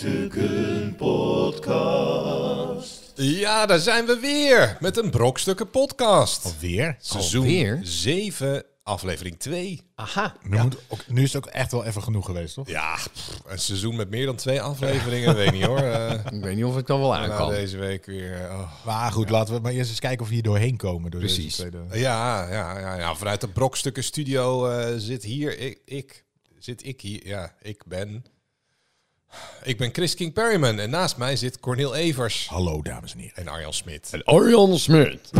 Brokstukken Podcast. Ja, daar zijn we weer met een Brokstukken podcast. Alweer? Seizoen Oh, Alweer? 7, aflevering 2. Aha. Nu, moet ook, nu is het ook echt wel even genoeg geweest, toch? Ja, pff, een seizoen met meer dan twee afleveringen, weet niet hoor. eh, Nou, Ik weet niet of ik dan wel aan na kan. deze week weer. eh, oh. Maar goed, laten we maar eerst eens kijken of we hier doorheen komen. Door deze Precies. tweede- Ja, ja, ja, ja, vanuit de Brokstukken studio eh, zit hier ik, ik. Zit ik hier? Ja, ik ben. Ik ben Chris King Perryman en naast mij zit Cornel Evers Hallo, dames en heren. en Arjan Smit. Orion Smit.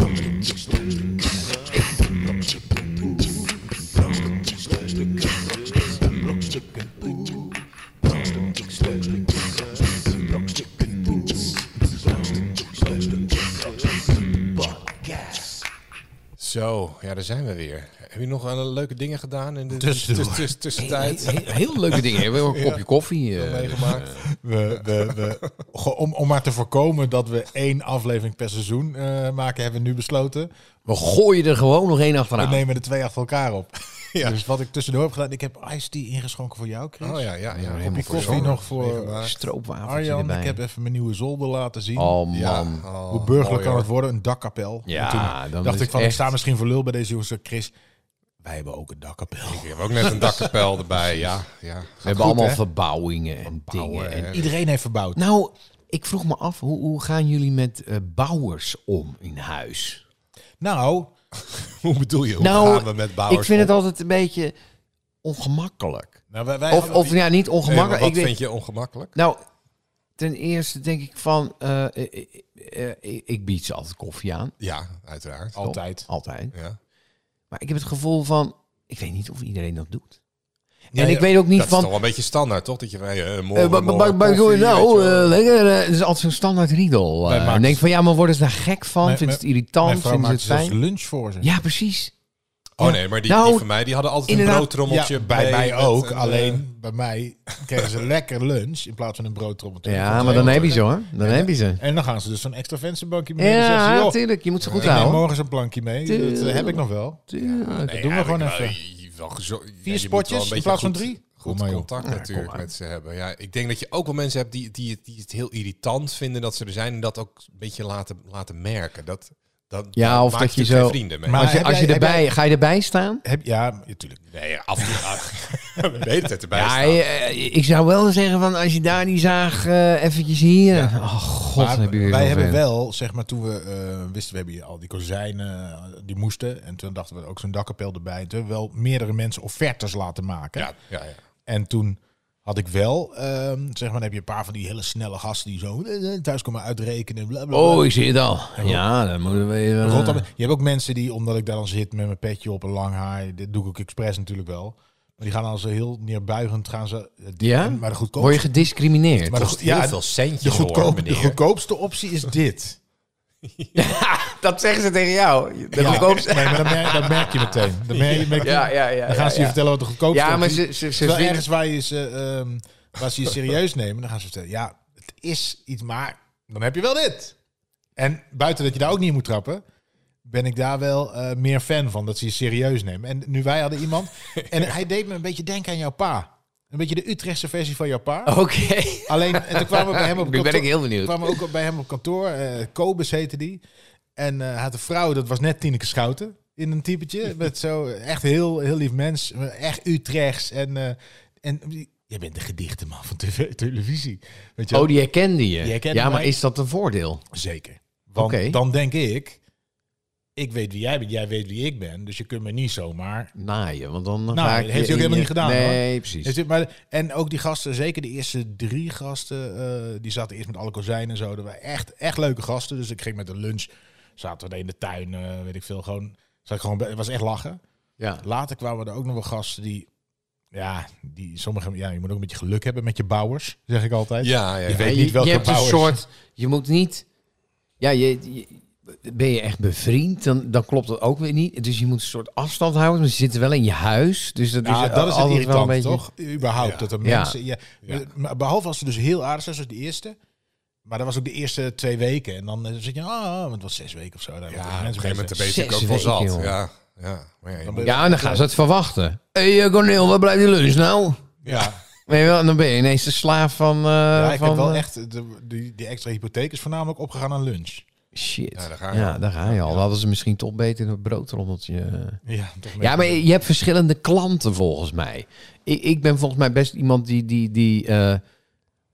Zo, ja, daar zijn we weer. Heb je nog wel leuke dingen gedaan in de Tussendoor. tuss- tuss- tussentijd? Heel leuke dingen. We hebben een kopje koffie. eh, meegemaakt. We, we, we, Goh, om, om maar te voorkomen dat we één aflevering per seizoen eh, maken, hebben we nu besloten. we gooien er gewoon nog één We achteraan. nemen de twee achter elkaar op. Ja. Dus wat ik tussendoor heb gedaan, ik heb iced tea ingeschonken voor jou, Chris. Oh ja, ja, ja. helemaal Die voor koffie jou. nog voor Meegemaakt. Stroopwafeltje Arjan. erbij. Ik heb even mijn nieuwe zolder laten zien. Oh man. Ja. Hoe burgerlijk mooi, kan het hoor. worden? Een dakkapel. Ja, En toen dan dacht is ik van, echt- ik sta misschien voor lul bij deze jongens. eh, Chris, wij hebben ook een dakkapel. Ik heb ook net een dakkapel erbij, ja. ja. we hebben allemaal hè? verbouwingen en dingen. En hè? Iedereen heeft verbouwd. Nou, ik vroeg me af, hoe, hoe gaan jullie met eh, bouwers om in huis? Nou, Hoe bedoel je? Hoe nou, gaan we met bouwers ik vind het om? altijd een beetje ongemakkelijk. nou wij, wij Of, of ja, niet Nee, maar ongemakkelijk. wat ik weet- vind je ongemakkelijk? Nou, ten eerste denk ik van, eh, eh, eh, eh, ik bied ze altijd koffie aan. Ja, uiteraard. altijd. Altijd. Ja. Maar ik heb het gevoel van, ik weet niet of iedereen dat doet. Nee, en ik weet ook niet Dat is toch van, wel een beetje standaard, toch? Dat je van, hey, eh, eh, morgen, wat- wat- morgen wat wat doe je koffie, nou? weet je wel. Eh, lekker, eh, Het is altijd zo'n standaard riedel. Wij eh. maken- en denk van, ja, maar worden ze daar gek van? Mijn- Vinden ze het Mijn irritant? vrouw Vinden ze maakt het zelfs fijn? lunch voor ze. Ja, precies. Oh nee, maar die, Nou, die van mij die hadden altijd een inderdaad. broodtrommeltje Ja, bij mij met ook. eh, een, eh, alleen bij mij kregen ze lekker lunch in plaats van een broodtrommel. Ja, maar dan heb je ze hoor. Dan heb je ze. En dan gaan ze dus zo'n extra vensterbankje mee. en zeggen ze, Ja, Nou. joh, natuurlijk. Je moet ze goed ik neem houden. morgen zo'n plankje mee. Dat eh, heb ik nog wel. Tuurlijk. eh, doen we eigenlijk gewoon wel, even. je- je- wel gezo- ja, je moet Vier wel spotjes een in beetje plaats van goed- drie. Kom goed maar, joh. contact Ja, natuurlijk kom maar. met ze hebben. Ja, ik denk dat je ook wel mensen hebt die, die, het- die het heel irritant vinden dat ze er zijn en dat ook een beetje laten, laten merken. Dat, dat, Ja, daar of maak dat je natuurlijk zo- geen vrienden mee. Maar Als je, heb als je jij- heb erbij, ga je erbij staan? Heb, ja, natuurlijk. nee, af en toe. af- de hele tijd erbij Ja, staan. eh, ik zou wel zeggen van als je daar die zaag eh, eventjes hier. Oh god, Maar heb je weer wij zoveel. hebben wel, zeg maar, toen we eh, wisten, we hebben hier al die kozijnen, eh, die moesten. En toen dachten we ook zo'n dakkapel erbij. Toen hebben we wel meerdere mensen offertes laten maken. Ja, ja, ja. En toen had ik wel, ehm, zeg maar, dan heb je een paar van die hele snelle gasten die zo eh, eh, thuis komen uitrekenen. Bla, bla, bla. Oh, ik zie het al. Ja, dan moeten we even... Rotterdam. Je hebt ook mensen die, omdat ik daar dan zit met mijn petje op en lang haar, dit doe ik ook expres natuurlijk wel. Maar die gaan dan zo heel neerbuigend gaan ze. eh, Ja? Maar de Word je goedkoopste, gediscrimineerd? Maar de Kost goed- ja, heel veel de, centjes hoor, goedkoop, de meneer. goedkoopste optie is dit. dat zeggen ze tegen jou. De goedkoopste- Nee, maar dat merk, dat merk je meteen. Dat merk je, merk je- Ja, ja, ja. dan gaan ja, ze je ja. vertellen wat de goedkoopste Ja, maar optie ze- ze- ze Terwijl vinden- ergens waar je ze, ehm, waar ze je serieus nemen, dan gaan ze vertellen, ja, het is iets, maar dan heb je wel dit. En buiten dat je daar ook niet in moet trappen, ben ik daar wel eh, meer fan van, dat ze je serieus nemen. En nu wij hadden iemand, en hij deed me een beetje denken aan jouw pa. Een beetje de Utrechtse versie van jouw pa. Oké. Alleen, en toen kwamen we bij hem op Oh. Nu kantoor. ben ik heel benieuwd. kwamen we ook op- bij hem op kantoor. eh Kobus heette die. En eh, hij had een vrouw, dat was net Tineke Schouten. In een typetje. Met zo eh, echt heel, heel lief mens. Echt Utrechts. En, eh, en die- jij bent de gedichtenman van tv, televisie. Weet je wel? Oh, die herkende je. Die herkende ja, maar mij. is dat een voordeel? Zeker. Want Oké. dan denk ik, ik weet wie jij bent. Jij weet wie ik ben. Dus je kunt me niet zomaar Naaien, want dan Nou, ga ik dat je heeft hij ook helemaal in je- niet gedaan, Nee, precies. Dus dit- maar, en ook die gasten, zeker de eerste drie gasten, eh, die zaten eerst met alle kozijnen en zo. Dat waren echt, echt leuke gasten. Dus ik ging met een lunch, zaten we in de tuin, eh, weet ik veel. Gewoon, zat ik gewoon, bij- het was echt lachen. Ja. Later kwamen er ook nog wel gasten die, ja, die sommige, ja, je moet ook een beetje geluk hebben met je bouwers, zeg ik altijd. Ja, ja, Je ja. weet Ja, niet je, welke je hebt dus een bouwers. soort. Je moet niet. Ja, je, je- ben je echt bevriend, dan, dan klopt dat ook weer niet. Dus je moet een soort afstand houden. Maar ze zitten wel in je huis. Dus dat Ja, is, Nou, dat is het altijd wel irritant, een beetje. toch? Überhaupt, dat er Ja. mensen... Ja, maar Behalve als ze dus heel aardig zijn, zoals de eerste. Maar dat was ook de eerste twee weken. En dan eh, zit je, ah, want het was zes weken of zo. Daar Ja, worden op een gegeven moment bezig. ben je Zes natuurlijk ook wel weken, zat. joh. Ja, ja. Maar ja, je Dan moet- ben je- Ja, en dan gaan ze het verwachten. Hé, hey, Cornel, waar blijft die lunch nou? Ja, Maar je wel, en dan ben je ineens de slaaf van... eh, ja, ik van heb wel eh, echt, de, die, die extra hypotheek is voornamelijk opgegaan aan lunch. Shit. Ja, daar ga je Ja, al. daar ga je al. Dan hadden ze misschien toch beter een broodrommeltje... eh, Ja, toch Ja, maar met- je hebt verschillende klanten volgens mij. Ik, ik ben volgens mij best iemand die... die, die eh,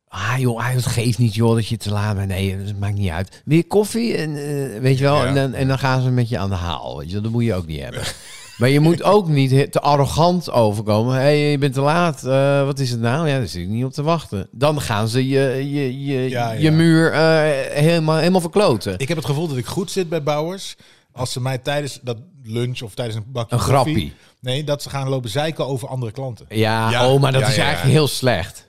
ah joh, ah, het geeft niet joh dat je te laat bent. Nee, het maakt niet uit. Weer koffie? En, eh, weet je wel? Ja. En, dan, en dan gaan ze met je aan de haal. Weet je, wel. dat moet je ook niet hebben. Maar je moet ook niet he- te arrogant overkomen. Hé, hey, je bent te laat. Eh, wat is het nou? Ja, daar zit ik niet op te wachten. Dan gaan ze je, je, je, Ja, je ja. muur eh, helemaal, helemaal verkloten. Ik heb het gevoel dat ik goed zit bij Bouwers. Als ze mij tijdens dat lunch of tijdens een bakje Een koffie- grappie. Nee, dat ze gaan lopen zeiken over andere klanten. Ja, Ja, oh, maar dat ja, is ja, ja. eigenlijk heel slecht.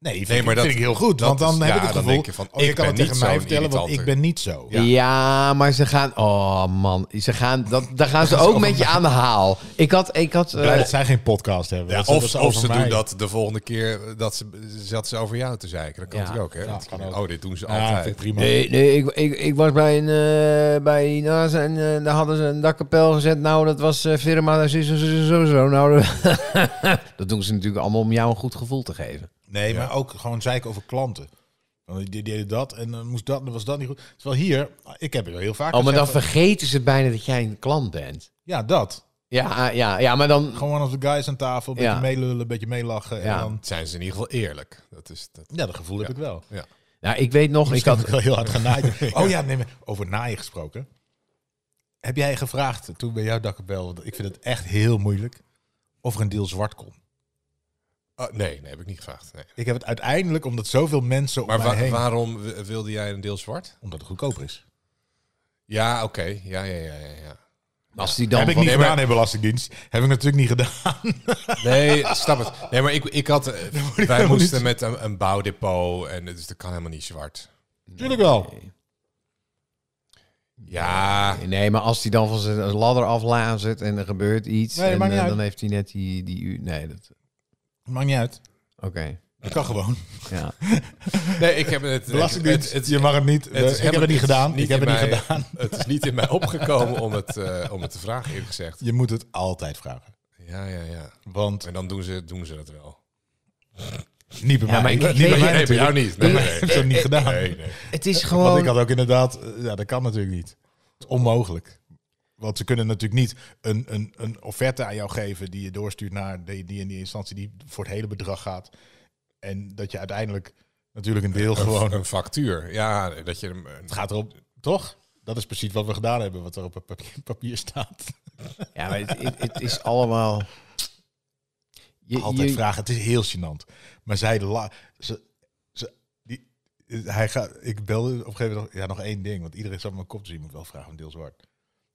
Nee, vind, Nee, maar ik, dat- vind ik heel goed. dat Want dan is- heb ik ja, het dan gevoel, denk je van, oh, je ik kan ben het tegen niet mij zo'n vertellen, want ik irritanter. ben niet zo. Eh, Ja. Ja. maar ze gaan. Oh man, ze gaan, dat, daar gaan ze ook met je aan de haal. Ik had. Ik had eh, Blij dat zij geen podcast hebben. Ja, Dat ze- of dat ze, over of ze mij- doen dat de volgende keer eh, dat ze zat ze over jou te zeiken. Dat kan Ja. natuurlijk ook, hè? Ja, Dat kan je- ook. Oh, dit doen ze Ja, vind ik altijd. prima. nee, nee ik, ik, ik was bij een. eh, bij naast en eh, daar hadden ze een dakkapel gezet. Nou, dat was eh firma. Zo, zo, zo, zo, zo. Nou, dat doen ze natuurlijk allemaal om jou een goed gevoel te geven. Nee, maar ook gewoon zeiken over klanten. Want die die deden dat en dan moest dat en dan was dat niet goed. Terwijl hier, ik heb het wel heel vaak Oh, maar dan gezegd, vergeten ze bijna dat jij een klant bent. Ja, dat. Ja, ah, ja, ja, maar dan. Gewoon als de guys aan tafel, een beetje Ja. meelullen, een beetje meelachen. Ja. En dan, Zijn ze in ieder geval eerlijk? Dat is dat. ja, dat gevoel heb Ja. ik wel. Ja. Nou, ik weet nog. Ik Misschien had, heb ik wel heel hard genaaid. Oh ja, nee, maar over naaien gesproken. Heb jij gevraagd toen bij jouw dakkebel, want ik vind het echt heel moeilijk, of er een deel zwart kon? Oh, nee, nee, heb ik niet gevraagd. Nee. Ik heb het uiteindelijk, omdat zoveel mensen om Maar mij wa- heen... waarom w- wilde jij een deel zwart? Omdat het goedkoper is. Ja, oké. Ja, ja, ja, ja, ja. als die dan. heb ik van- niet maar- gedaan in Belastingdienst. Heb ik natuurlijk niet gedaan. Nee, snap het. Nee, maar ik, ik had. eh, wij helemaal moesten niet. met een, een bouwdepot en dus dat kan helemaal niet zwart. Tuurlijk wel. Ja, Nee, maar als hij dan van zijn ladder aflazert en er gebeurt iets, Nee, en, maakt niet eh, uit. dan heeft hij net die... die u- nee, dat... Maakt niet uit. Oké, Het kan gewoon. ja. nee, ik heb het. Belastingdienst, het- het- je mag het niet. het is ik heb helemaal- het niet gedaan. niet ik heb in het niet mij- gedaan. Het is niet in mij opgekomen om het, eh, om het te vragen, eerlijk gezegd. Je moet het altijd vragen. Ja, ja, ja. Want En dan doen ze, doen ze dat wel. niet bij Ja, maar mij. ik- Niet ik bij weet- mij Nee, bij jou natuurlijk. niet. Nee, Ik heb nee. het niet gedaan. Nee, nee. Het is Want ik gewoon... had ook inderdaad, eh, ja, dat kan natuurlijk niet. Het is onmogelijk. Want ze kunnen natuurlijk niet een, een, een offerte aan jou geven die je doorstuurt naar die, die en die instantie die voor het hele bedrag gaat. En dat je uiteindelijk natuurlijk een deel gewoon. Gewoon een factuur. Ja, dat je hem. eh, Het gaat erop, toch? Dat is precies wat we gedaan hebben, wat er op het papier, papier staat. Ja, maar het, het, het is allemaal... Je, Altijd je- vragen. Het is heel gênant. Maar zij... La, ze, ze, die, hij gaat, ik belde op een gegeven moment nog, ja, nog één ding. Want iedereen zat op mijn kop, dus je moet wel vragen om deel zwart.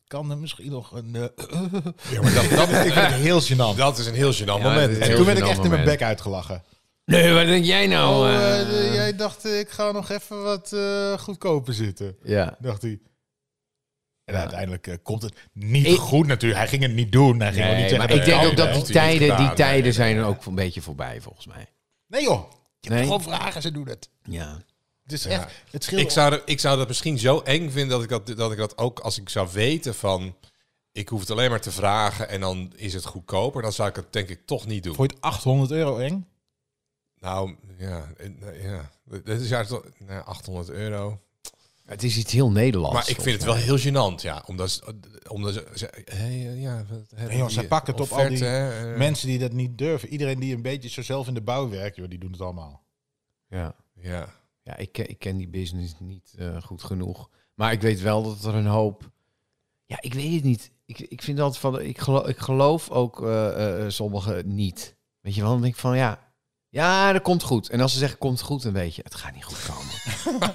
Kan er misschien nog een... eh, Ja, maar dat, dat, ik vind dat, het heel gênant. dat is een heel gênant Ja, moment. dit is en heel toen werd ik gênant echt in mijn moment. bek uitgelachen. Nee, wat denk jij nou? Oh, eh? eh, de- jij dacht, eh, ik ga nog even wat eh, goedkoper zitten. Ja. Dacht hij. En Ja. uiteindelijk eh, komt het niet Ik- goed natuurlijk. Hij ging het niet doen. Hij ging ook niet Nee, zeggen maar ik hij denk het ook kan, dat nee, die dat heeft hij niet tijden, die gedaan. Nee, tijden nee, zijn nee. ook een beetje voorbij, volgens mij. Nee joh, je Nee. hebt gewoon vragen, ze doen het. Ja. Het is Ja. echt, het scheelt Ik zou, dat- ik zou dat misschien zo eng vinden dat ik dat, dat ik dat ook als ik zou weten van. Ik hoef het alleen maar te vragen en dan is het goedkoper. Dan zou ik het denk ik toch niet doen. Vond je het 800 euro eng? Nou, ja, eh, nou, ja. Dat is juist wel- nou, 800 euro. Het is iets heel Nederlands. Maar ik vind het wel heel gênant, ja. Omdat, ze- omdat ze... ze- hey, eh, ja, wat hebben joh, die ze pakken het op al offerte, die hè, eh, Mensen die dat niet durven. Iedereen die een beetje zo zelf in de bouw werkt, joh, die doen het allemaal. Ja. Ja. Ja, ik, ken- ik ken die business niet eh, goed genoeg. Maar ik weet wel dat er een hoop. Ja, ik weet het niet. Ik, ik vind altijd van. Ik geloof, ik geloof ook eh, eh, sommigen niet. Weet je wel? Dan denk ik van ja. Ja, dat komt goed. En als ze zeggen komt goed, dan weet je, het gaat niet goed komen.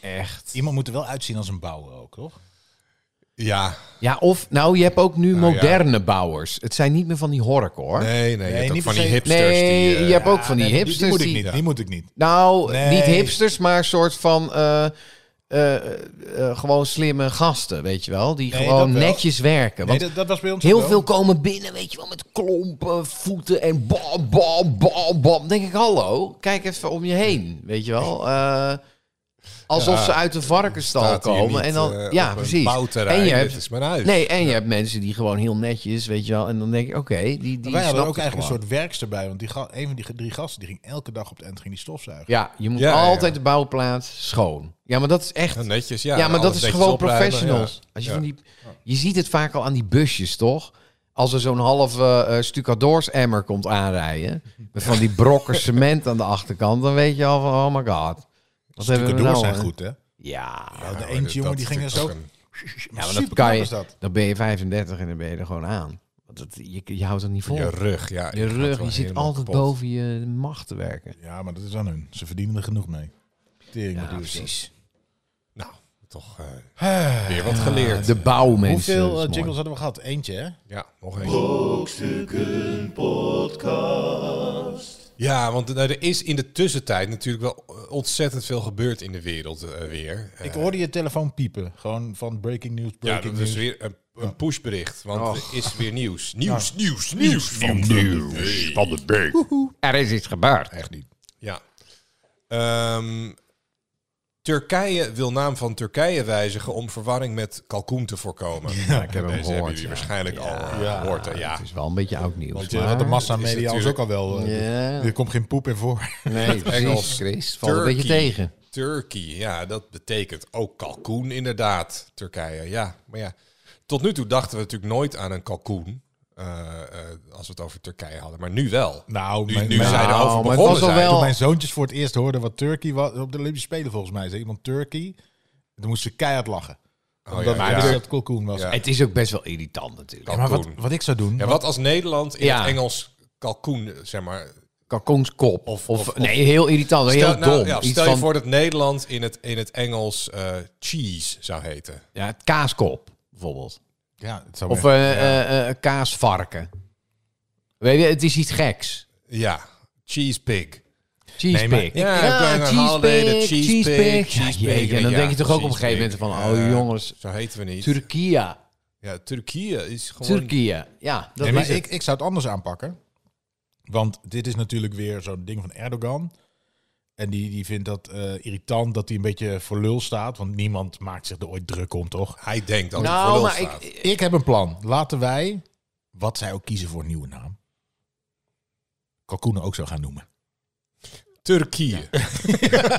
Echt. Iemand moet er wel uitzien als een bouwer ook, toch? Ja. Ja, of nou, je hebt ook nu Nou, ja. moderne bouwers. Het zijn niet meer van die hork hoor. Nee, Nee, nee. Je hebt ook niet van per die se. hipsters die... eh, je hebt ook van die nee, hipsters. Die, moet ik die- niet, die moet ik niet. Nou, Nee. niet hipsters, maar een soort van eh, eh, eh, gewoon slimme gasten, weet je wel. Die Nee, gewoon dat wel. netjes werken. Nee, Want dat, dat was bij ons heel ook veel wel. komen binnen, weet je wel, met klompen, voeten en bam, bam, bam, bam. Dan denk ik, hallo, kijk even om je heen, weet je wel. Eh, Alsof Ja. ze uit de varkenstal Staat hier komen. niet, en dan, eh, ja, op precies. Een bouwterrein, En je dit hebt- is mijn huis. Nee, en je hebt mensen die gewoon heel netjes, weet je wel. En dan denk ik, oké, die, die wij hadden snapt ook het eigenlijk een gewoon. soort werkster bij. Want die ga- een van die ge- drie gasten die ging elke dag op de end ging die stofzuigen. Ja, je moet Ja, ja, altijd ja. de bouwplaats schoon. Ja, maar dat is echt... Ja, Ja, netjes, ja. maar dat alles is netjes gewoon opruimen, professionals. ja. Als je, Ja. van die, je ziet het vaak al aan die busjes, toch? Als er zo'n half eh eh, stucadoors-emmer komt aanrijden... met van die brokken cement aan de achterkant... dan weet je al van, oh my god. Wat hebben we Stukken nou? Dus door zijn hè? goed, hè? Ja, Ja, de maar eentje, dat- jongen, dat die is ging er zo... natuurlijk ook Ja, maar dat Superknap kan je, is dat. dan ben je 35 en dan ben je er gewoon aan. Want dat, je, je houdt het niet vol. een- Je Je, rug, ja. gaat rug, wel je zit helemaal altijd kapot. boven je macht te werken. Ja, maar dat is aan hun. Ze verdienen er genoeg mee. Tering, Ja, wat duur is dat. precies. Nou, toch eh, weer wat geleerd. De bouwmensen. Hoeveel eh, dat is jingles mooi. hadden we gehad? Eentje, hè? Ja, nog één. Brokstukken podcast. Ja, want nou, er is in de tussentijd natuurlijk wel eh, ontzettend veel gebeurd in de wereld eh, weer. Eh, Ik hoorde je telefoon piepen. Gewoon van breaking news, ja, breaking dat news. is weer een, een pushbericht, want Och. er is weer nieuws. Nieuws, nieuws, nieuws van de week. van de week. Er is iets gebeurd. Echt niet. Ja. Ehm, Turkije wil naam van Turkije wijzigen om verwarring met kalkoen te voorkomen. Ja, ik heb Deze hem hebben gehoord. jullie Ja. waarschijnlijk al eh, Ja. gehoord. hè? Ja. Het is wel een beetje oud nieuws. Want je maar- had de Het is massamedia ons ook natuurlijk- al wel... eh, Ja. Er komt geen poep in voor. Nee, precies, Engels. Chris. Valt een Turkey. beetje tegen. Turkey, ja, dat betekent ook kalkoen inderdaad. Turkije, ja. Maar ja, tot nu toe dachten we natuurlijk nooit aan een kalkoen. eh, eh, als we het over Turkije hadden. Maar nu wel. Nou, Nu, mijn- nu mijn- zijn we Nou, over maar het begonnen was al zijn. wel- Toen mijn zoontjes voor het eerst hoorden wat Turkey was op de Olympische Spelen volgens mij, zei iemand Turkey. Toen moest ze keihard lachen. Oh, omdat ja, ze ja. wisten dat het kalkoen was. Ja. Het is ook best wel irritant natuurlijk. Kalkoen. maar wat, wat ik zou doen, Ja, wat als Nederland in Ja. het Engels kalkoen, zeg maar... Kalkoenskop. Of, Of- of, of- nee, heel irritant. heel Stel, nou, dom. ja, Iets stel je van- voor dat Nederland in het, in het Engels eh, cheese zou heten. ja, het kaaskop, bijvoorbeeld. ja, het zou Of werken. eh, eh, eh, kaasvarken. Weet je, het is iets geks. Ja, cheese pig. Cheese Nee, maar- pig. Ja, Burger Holiday, de cheese pig, Ja, cheese jeetje, pig, en dan ja, denk je toch ook op een cheese gegeven moment pig. van... Ja. Oh jongens, Zo heten we niet. Turkije. ja, Turkije is gewoon... Turkije. Ja, eh, dat Nee, maar is het. ik, ik zou het anders aanpakken. Want dit is natuurlijk weer zo'n ding van Erdogan. En die, die vindt dat eh, irritant dat hij een beetje voor lul staat. Want niemand maakt zich er ooit druk om, toch? Hij denkt dat het voor nou, lul maar staat. ik... Ik heb een plan. Laten wij, wat zij ook kiezen voor een nieuwe naam, kalkoenen ook zo gaan noemen. Turkije.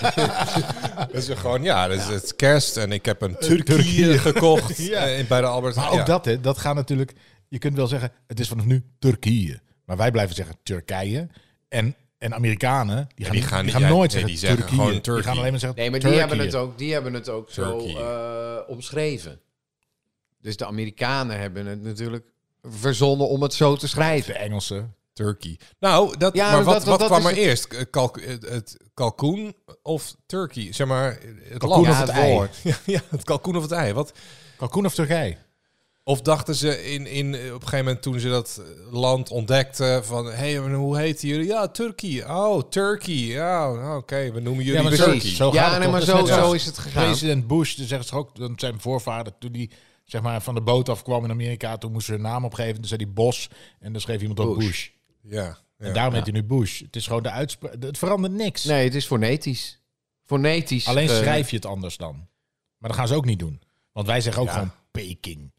dat is gewoon, ja, dat is het kerst en ik heb een Turkije, gekocht Ja. eh, bij de Albert Maar ook ja. dat, hè, dat gaan natuurlijk... Je kunt wel zeggen, het is vanaf nu Turkije. Maar wij blijven zeggen Turkije. En, en Amerikanen, die gaan, die gaan, gaan niet- ja, nooit nee, zeggen die zeggen Turkije. gewoon Die gaan Turkey. alleen maar zeggen Nee, maar die hebben, het ook, die hebben het ook zo Turkije. eh, omschreven. Dus de Amerikanen hebben het natuurlijk verzonnen om het zo te De schrijven. Engelsen. Turkey. Nou, dat, Ja, dus maar dat- wat, dat- wat dat kwam is er het- eerst? Eh, kalk- eh, het kalkoen of Turkey? Zeg maar, het Kalkoen land. of het ei. woord. Ja, ja, het kalkoen of het ei. Wat, Kalkoen of Turkije? Of dachten ze in, in, eh, op een gegeven moment toen ze dat eh, land ontdekten van... Hé, hey, maar hoe heten jullie? Ja, Turkey. Oh, Turkey. Ja, nou, oké, we noemen jullie Ja, maar zo- Turkey. zo gaat ja, het nee, toch? maar Dat is zo, net zo zoals is het gegaan. President Bush, dan zeggen ze ook, dat zijn voorvader, toen die zeg maar, van de boot afkwam in Amerika, toen moesten ze hun naam opgeven. Toen zei die Bos en dan schreef iemand ook Bush. Bush. Ja, ja. En daarom heet hij nu Bush. Het is gewoon de uitspraak. Het verandert niks. Nee, het is fonetisch. Fonetisch. Alleen eh, schrijf je het anders dan. Maar dat gaan ze ook niet doen. Want wij zeggen ook Ja. gewoon Peking.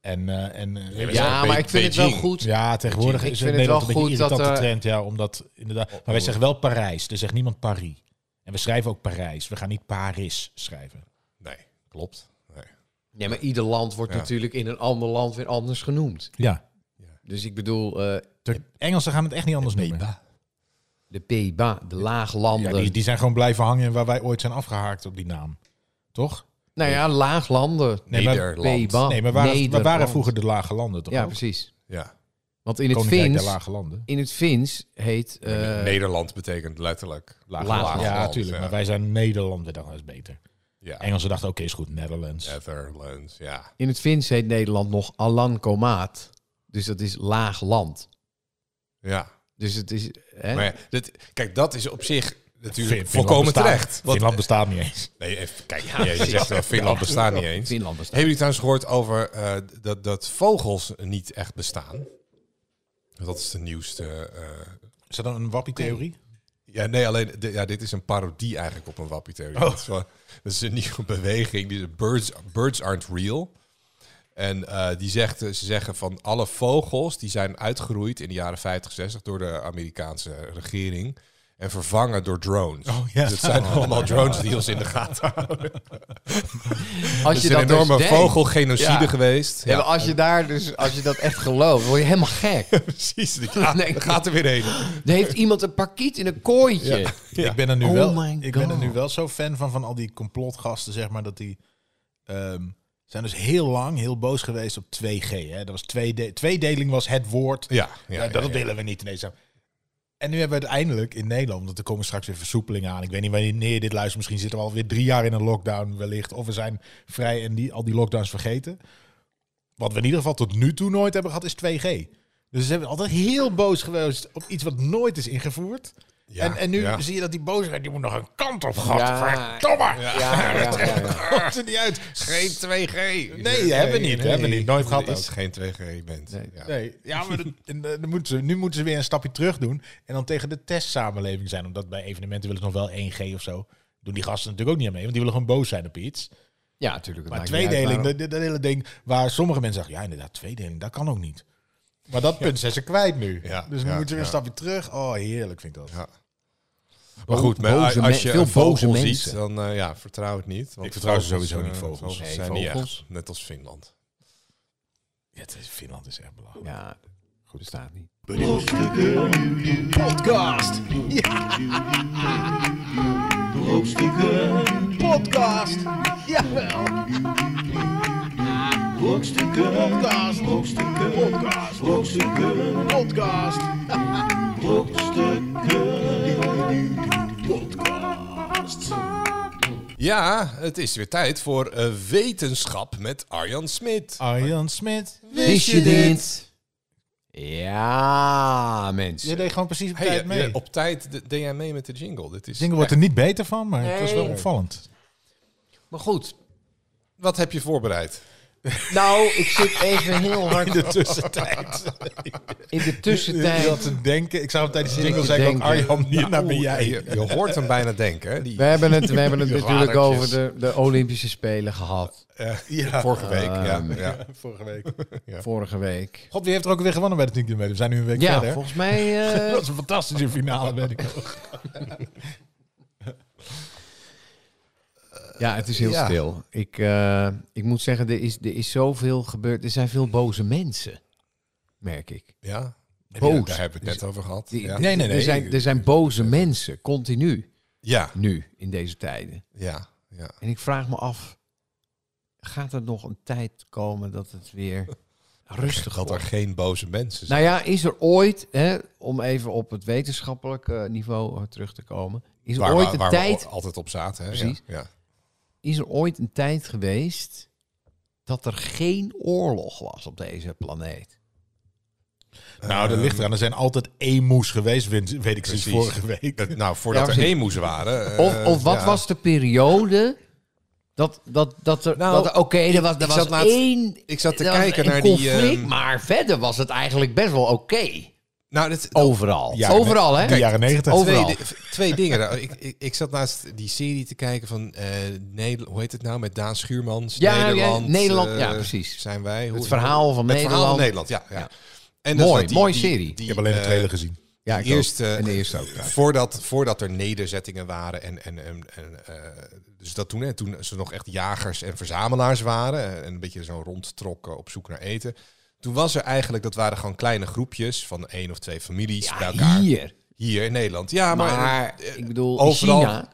En, eh, en eh, Ja, Ja, Be- maar ik vind het wel Beijing. goed. ja, tegenwoordig Ik is vind het het Nederland wel een beetje goed dat, irritante eh, Oh, trend. Ja, omdat inderdaad. Maar wij zeggen wel Parijs. Er zegt niemand Paris. En we schrijven ook Parijs. We gaan niet Paris schrijven. Nee, klopt. Nee. Nee, maar ieder land wordt Ja. natuurlijk in een ander land weer anders genoemd. Ja. Dus ik bedoel, eh, De Engelsen gaan het echt niet anders noemen. de PIBA, de Ja, laaglanden. die, die zijn gewoon blijven hangen waar wij ooit zijn afgehaakt op die naam. Toch? Nou ja, laaglanden. Nee, maar- Nederland. PIBA. nee, maar we waren, we waren Oh, Nederland. vroeger de lage landen, toch? Ja, ook? precies. Ja. Want in het Koninkrijk Fins, der lage landen. in het Fins heet... eh, Nederland betekent letterlijk laag, Laag- laag Lage ja, land, natuurlijk. ja. Maar wij zijn Nederland, we dachten dat is beter. Ja. Engelsen dachten, oké, is goed, Netherlands. Netherlands, ja. in het Fins heet Nederland nog Alankomaat. Dus dat is laagland. Ja. Dus het is... Hè? Maar ja, dit, kijk, dat is op zich natuurlijk Fin- Finland volkomen bestaat- terecht. Want, Finland bestaat niet eens. nee, even, kijk, je zegt wel, Finland bestaat niet eens. Finland bestaat. Hebben jullie trouwens gehoord over eh, dat, dat vogels niet echt bestaan? Dat is de nieuwste... eh, Is dat dan een wappie-theorie? Ja, nee, alleen di- ja, dit is een parodie eigenlijk op een Wappie Theory. Dat, is wel- dat is een nieuwe beweging. Die is birds, birds aren't real. En eh, die zegt, eh, ze zeggen van alle vogels die zijn uitgeroeid in de jaren 50, 60 door de Amerikaanse regering. En vervangen door drones. Oh, ja. Dus het zijn allemaal drones die ons in de gaten houden. Als Het is je een dat dus enorme denkt- vogelgenocide Ja. geweest. Ja, maar als je daar dus, als je dat echt gelooft, word je helemaal gek. precies. Die gaat, Nee. die gaat er weer heen. Er heeft iemand een parkiet in een kooitje. Ja. Ik ben er nu Oh wel. my Ik ben er God. nu wel zo fan van van al die complotgasten, zeg maar, dat die ehm, zijn dus heel lang heel boos geweest op 2G. Hè? Dat was tweede, tweedeling was het woord. Ja, ja, Ja, ja, dat ja. willen we niet in deze. En nu hebben we uiteindelijk in Nederland, want er komen straks weer versoepelingen aan. Ik weet niet wanneer je dit luistert. Misschien zitten we alweer drie jaar in een lockdown wellicht. Of we zijn vrij en die, al die lockdowns vergeten. Wat we in ieder geval tot nu toe nooit hebben gehad is 2G. Dus ze hebben altijd heel boos geweest op iets wat nooit is ingevoerd. Ja, en, en nu ja. zie je dat die boosheid, die moet nog een kant op. Ja. Godverdomme! Ja, ja, ja, ja. Komt er niet uit. Geen 2G. Nee, hebben we niet, hebben we niet. Nooit gehad Er is ook. geen 2G, bent. Nee. Ja. Nee, ja, maar dat- en, eh, dan moeten ze, nu moeten ze weer een stapje terug doen. En dan tegen de testsamenleving zijn. Omdat bij evenementen willen ze nog wel 1G of zo. Doen die gasten natuurlijk ook niet aan mee. Want die willen gewoon boos zijn op iets. Ja, natuurlijk. het Maar maakt niet uit tweedeling, waarom. dat, dat hele ding waar sommige mensen zeggen... Ja, inderdaad, tweedeling, dat kan ook niet. Maar dat punt zijn ze kwijt nu. Ja, dus we ja, moeten weer ja. een stapje terug. Oh, heerlijk vind ik dat. Ja. Maar goed, maar Boze als je men- veel een vogel boze ziet, mensen. dan eh, ja, vertrouw het niet. Want Ik vertrouw ze vogels, sowieso eh, niet, vogels. Nee, zijn niet vogels. echt, net als Finland. Ja, het is- Finland is echt belangrijk. Ja, goed staat niet. Podcast! Brokstukken, Podcast! Jawel! brokstukken, podcast, brokstukken, podcast, brokstukken, Podcast! brokstukken, podcast. Ja, het is weer tijd voor eh, Wetenschap met Arjan Smit. Arjan Smit. Wist je dit? Ja, mensen. Je deed gewoon precies op Hey, tijd eh, mee. je- op tijd de- deed jij mee met de jingle. Dit is De jingle wordt er niet beter van, maar het was wel Nee. opvallend. Maar goed. echt- Wat heb je voorbereid? Nou, ik zit even heel hard de tussentijd. in de Ik zat tussentijd. te denken. Nou, Ik zou hem tijdens de Zit jingle te zeggen, denken. Arjan, hierna nou ben Oeh, Je, jij. je hoort hem bijna denken. hè? Die, We hebben het, we hebben het Die natuurlijk over radertjes. de, de Olympische Spelen gehad. eh, Ja. Vorige week, ja. Ehm, ja. Vorige week. Vorige week. God, wie heeft er ook weer gewonnen bij de 10 kilometer? We zijn nu een week Ja, verder. volgens mij... Dat eh, was een fantastische finale, weet ik nog. ja, het is heel Ja. stil. Ik, eh, ik moet zeggen, er is, er is zoveel gebeurd. Er zijn veel boze mensen, merk ik. ja. Boos. Daar hebben we het net over gehad. Die- Ja. die- Nee, nee, nee. Er zijn, dus- er zijn boze mensen, continu, Ja, nu, in deze tijden. ja, ja. En ik vraag me af, gaat er nog een tijd komen dat het weer rustig Dat er wordt? geen boze mensen zijn. Nou ja, is er ooit, hè, om even op het wetenschappelijke niveau eh, terug te komen, is er, waar, ooit we- een waar tijd, we al- altijd op zaten. Hè? Precies. Ja. ja. is er ooit een tijd geweest dat er geen oorlog was op deze planeet? Nou, dat ligt eraan. Er zijn altijd emoes geweest, win- weet ik sinds Precies. vorige week. Eh, Nou, voordat Ja, er precies. emoes waren. eh, Of, of wat ja. was de periode dat, dat, dat er... Nou, dat er- Oké, er was, er ik was zat laatst- één... ik zat te er was kijken een naar die, conflict, ehm, maar verder was het eigenlijk best wel oké. Nou, Oh, dit, Overal. Ja, Overal, nee. hè? De jaren negentig. Over- twee, overal. di- twee dingen. Nou, ik, ik, ik zat naast die serie te kijken van... eh, Nederland, hoe heet het nou? Met Daan Schuurmans. Ja, ja, Nederland. Nederland, eh, ja, precies. Zijn wij. Hoe- Het verhaal van het verhaal van Nederland. Nederland, ja. ja. Ja. En Mooi, zat mooie serie. Ik heb alleen de eh, trailer gezien. Ja, die ik ook. eerste- eh, En de eerste ook. trouwens. Voordat, voordat er nederzettingen waren en, en, en, en, eh, dus dat toen, hè, toen ze nog echt jagers en verzamelaars waren en een beetje zo rondtrokken op zoek naar eten. Toen was er eigenlijk, dat waren gewoon kleine groepjes van één of twee families bij elkaar. Ja, hier. Hier in Nederland. Ja, maar, Maar eh, ik bedoel, overal- China. wat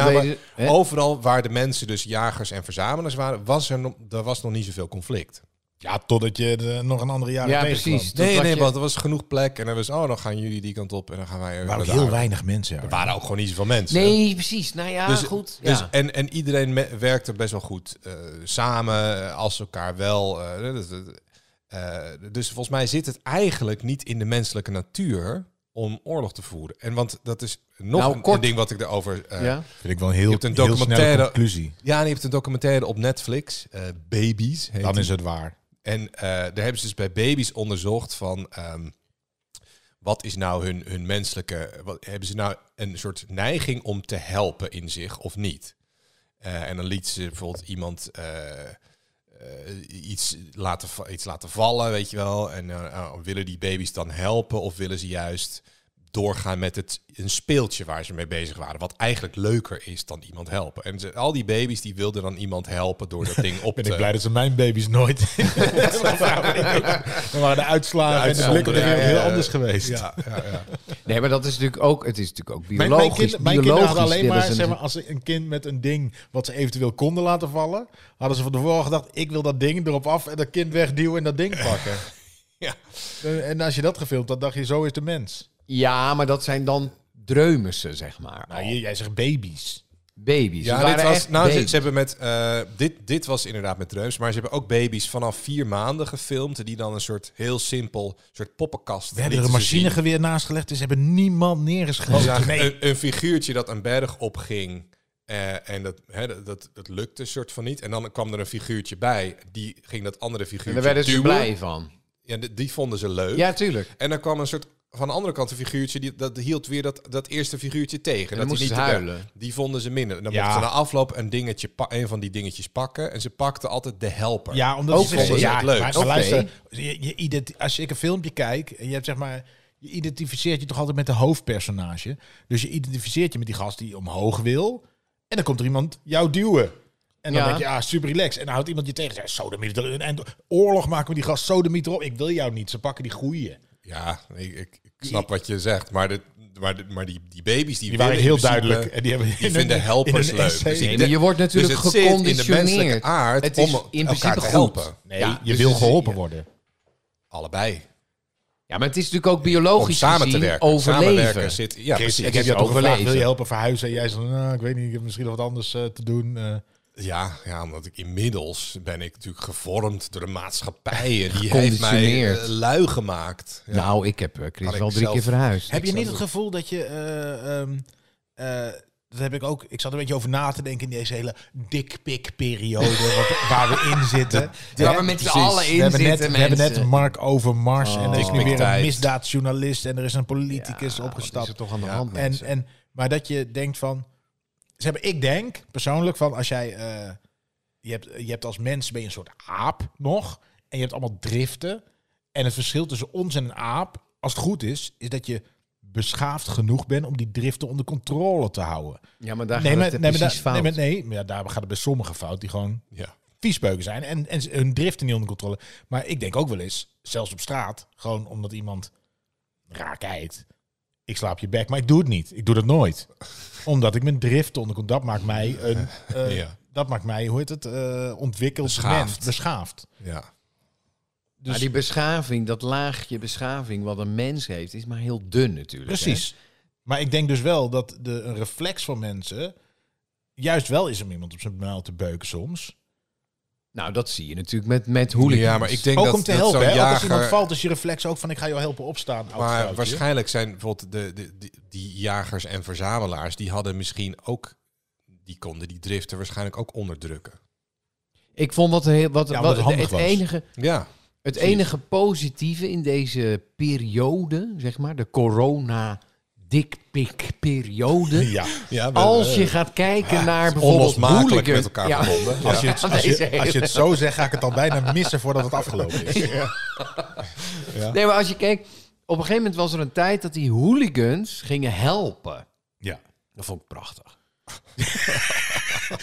ja, maar deden ze, hè? overal waar de mensen dus jagers en verzamelaars waren, was er, nog- er was nog niet zoveel conflict. Ja, totdat je er nog een andere jaren Ja, tegenkwam. precies. Dus Toen Nee, dacht nee, je- want er was genoeg plek en er was, oh, dan gaan jullie die kant op en dan gaan wij... Er waren ook daar- heel weinig mensen. Er hoor. waren ook gewoon niet zoveel mensen. Nee, precies. Nou ja, goed. Ja. dus- en, en iedereen me- werkte best wel goed eh, samen, eh, als ze elkaar wel. eh, dat- dat- eh, dus volgens mij zit het eigenlijk niet in de menselijke natuur om oorlog te voeren. En want dat is nog Nou, een, kort. een ding wat ik daarover. eh, ja. ja. Vind ik wel een Je heel, hebt een heel snelle documentaire- conclusie. en je hebt een documentaire op Netflix, eh, Babies. Heet Dan die. is het waar. En eh, daar hebben ze dus bij baby's onderzocht van ehm, wat is nou hun, hun menselijke... Wat, hebben ze nou een soort neiging om te helpen in zich of niet? Eh, en dan liet ze bijvoorbeeld iemand eh, eh, iets, laten, va- iets laten vallen, weet je wel. En eh, nou, willen die baby's dan helpen of willen ze juist doorgaan met het, een speeltje waar ze mee bezig waren? Wat eigenlijk leuker is dan iemand helpen. En ze, al die baby's die wilden dan iemand helpen door dat ding op Ben te... ik blij dat eh, ze mijn baby's nooit. Dan waren de uitslagen en de blikken uitzonderingen, er heel ja, ja. anders geweest. Ja, ja, ja. Nee, maar dat is natuurlijk ook, het is natuurlijk ook Mijn, biologisch. mijn, kind, mijn kinderen hadden biologisch alleen willen maar, ze zeg maar, natuurlijk- als ze een kind met een ding wat ze eventueel konden laten vallen, hadden ze van tevoren gedacht: ik wil dat ding erop af en dat kind wegduwen en dat ding pakken. Ja. En- En als je dat gefilmd had, dacht je: zo is de mens. Ja, maar dat zijn dan dreumissen, zeg maar. al. Nou, jij zegt baby's. baby's. Nou, Het Ja, waren dit was, echt nou, ze, baby's. ze hebben met, eh, dit, dit was inderdaad met dreumes, maar ze hebben ook baby's vanaf vier maanden gefilmd, die dan een soort heel simpel, soort poppenkast. We hebben er een lieten ze zien. machinegeweer naast gelegd, dus hebben niemand Je neergeschoten. zag een, een figuurtje dat een berg opging. eh, en dat, hè, dat, dat, dat lukte soort van niet. En dan kwam er een figuurtje bij. Die ging dat andere En figuurtje daar werden ze duwen. blij van. Ja, die, die vonden ze leuk. Ja, tuurlijk. En dan kwam een soort van de andere kant een figuurtje. Die, dat hield weer dat, dat eerste figuurtje tegen. En dat dan die moesten ze niet te- huilen. Die vonden ze minder. En dan Ja. mochten ze na afloop een, dingetje pa- een van die dingetjes pakken. En ze pakten altijd de helper. Ja, omdat Ook ze- vonden ze ja, het leuk. Maar, maar Oké. luister, je, je identi- als ik een filmpje kijk en je hebt zeg maar, je identificeert je toch altijd met de hoofdpersonage. Dus je identificeert je met die gast die omhoog wil. En dan komt er iemand jou duwen. En dan Ja. denk je, ah, super relaxed. En dan houdt iemand je tegen. Ja, sodemiet erin. En oorlog maken we die gast sodemiet erop. Ik wil jou niet. Ze pakken die goeie. Ja, ik, ik, ik snap wat je zegt. Maar, dit, maar, dit- maar die, die baby's die, Die waren willen heel in principe- duidelijk. En die hebben Die vinden helpers leuk. Dus die- Nee, maar je wordt natuurlijk dus het zit in de menselijke geconditioneerd. aard het is om in elkaar principe te goed. helpen. Nee, Ja, je dus wil het is- geholpen worden. Allebei. Ja, maar het is natuurlijk ook Om biologisch samen te gezien werken. Samenwerken overleven. Dus zit... Ja, Chris, precies. ik heb jou toch overleven. gevraagd, wil je helpen verhuizen? En jij zei, nou, ik weet niet, ik heb misschien nog wat anders eh, te doen. eh. Ja, ja, omdat ik inmiddels ben ik natuurlijk gevormd door de maatschappij. En die heeft mij Geconditioneerd. eh, lui gemaakt. Ja. Nou, ik heb eh, Chris Had ik wel drie zelf- keer verhuisd. Heb je zou niet het doen. gevoel dat je. eh, ehm, eh, dat heb ik ook. Ik zat een beetje over na te denken in deze hele dikpik-periode wat- waar we in zitten. waar we Hè? met z'n precies. allen We in we hebben, net, zitten, we hebben net mensen. Oh, Mark Overmars en er is nu weer een Dikpiktijd. misdaadjournalist en er is een politicus Ja, wat is opgestapt. er toch aan de Ja. hand, En, mensen? en, maar dat je denkt van... Ze hebben, ik denk persoonlijk van als jij... eh, je, hebt, je hebt als mens ben je een soort aap nog. En je hebt allemaal driften. En het verschil tussen ons en een aap, als het goed is... is dat je beschaafd genoeg bent om die driften onder controle te houden. Ja, maar daar nee, gaat maar, het nee, maar, precies daar- fout. nee, maar, nee, maar ja, daar gaat het bij sommigen fout. Die gewoon Ja. viesbeuken zijn en, en hun driften niet onder controle. Maar ik denk ook wel eens, zelfs op straat, gewoon omdat iemand raar kijkt. Ik slaap je bek, maar ik doe het niet. Ik doe dat nooit. Omdat ik mijn driften onder controle... Dat maakt mij een... eh, Ja. Dat maakt mij, hoe heet het, eh ontwikkeld Beschaafd. mens. Beschaafd. ja. Dus, Maar die beschaving, dat laagje beschaving wat een mens heeft, is maar heel dun natuurlijk. hè? precies. Maar ik denk dus wel dat de, een reflex van mensen... Juist wel is om iemand op zijn muil te beuken soms. Nou, dat zie je natuurlijk met, met hooligans. Ja, maar ik denk Ook dat, om te dat helpen. zo'n Hè? Ook als jager... iemand valt is je reflex ook van ik ga jou helpen opstaan. oud Maar vrouwtje. waarschijnlijk zijn bijvoorbeeld de, de, die- die jagers en verzamelaars, die hadden misschien ook, die konden die driften waarschijnlijk ook onderdrukken. Ik vond wat, heel, wat, Ja, omdat wat het handig was. het, enige, Ja, het Precies. enige positieve in deze periode, zeg maar, de corona dikpik periode. Ja. ja Als je gaat kijken naar bijvoorbeeld onlosmakelijk hooligan- met elkaar Ja. verbonden. Ja. Als je, het, als, je, als je het zo zegt, ga ik het al bijna missen voordat het afgelopen is. Nee, maar als je kijkt, op een gegeven moment was er een tijd dat die hooligans gingen helpen. Ja. Dat vond ik prachtig.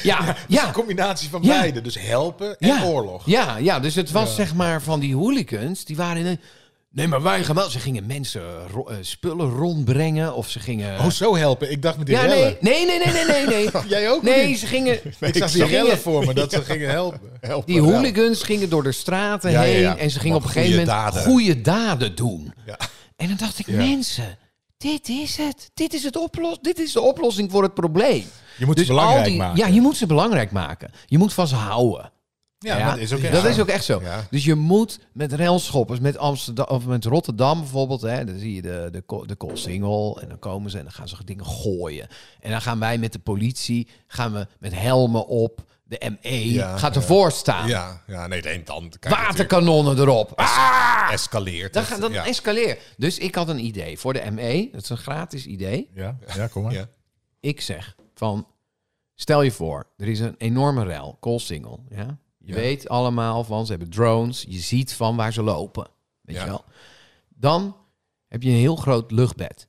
ja, ja. Combinatie van Ja. beide. Dus helpen en ja. oorlog. Ja, ja, dus het was zeg maar van die hooligans, die waren in een... Nee, maar wij gaan wel. Ze gingen mensen ro- eh, spullen rondbrengen of ze gingen... Oh, zo helpen. Ik dacht met die ja, rellen. nee, nee, nee, nee, nee, nee. nee. Jij ook Nee, niet? ze gingen... Ik zag ze die gingen- rellen voor me, dat ze gingen helpen. Die hooligans gingen door de straten Ja, ja, heen ja. en ze gingen op Wat een gegeven goede moment daden. goede daden doen. Ja. En dan dacht ik, Ja. mensen, dit is het. Dit is, het oplos dit is de oplossing voor het probleem. Je moet Dus het belangrijk al die, maken. Ja, je moet ze belangrijk maken. Je moet van ze houden. Ja, Ja, dat is ook echt dat zo. is ook echt zo. Ja. Dus je moet met railschoppers, met Amsterdam of met Rotterdam bijvoorbeeld, hè, dan zie je de, de, ko- de koolsingel en dan komen ze en dan gaan ze dingen gooien. En dan gaan wij met de politie, gaan we met helmen op, De ME Ja, gaat ervoor staan. Ja, ja, nee, nee, dan kan je natuurlijk- Waterkanonnen erop. Ah! escaleert. Dan, het, ga- dan ja. escaleer. Dus ik had een idee voor de ME. Dat is een gratis idee. Ja, ja kom maar. Ja. Ik zeg van, stel je voor, er is een enorme rel, Koolsingel. Ja? Je Ja. weet allemaal van, ze hebben drones. Je ziet van waar ze lopen. Weet Ja. je wel? Dan heb je een heel groot luchtbed.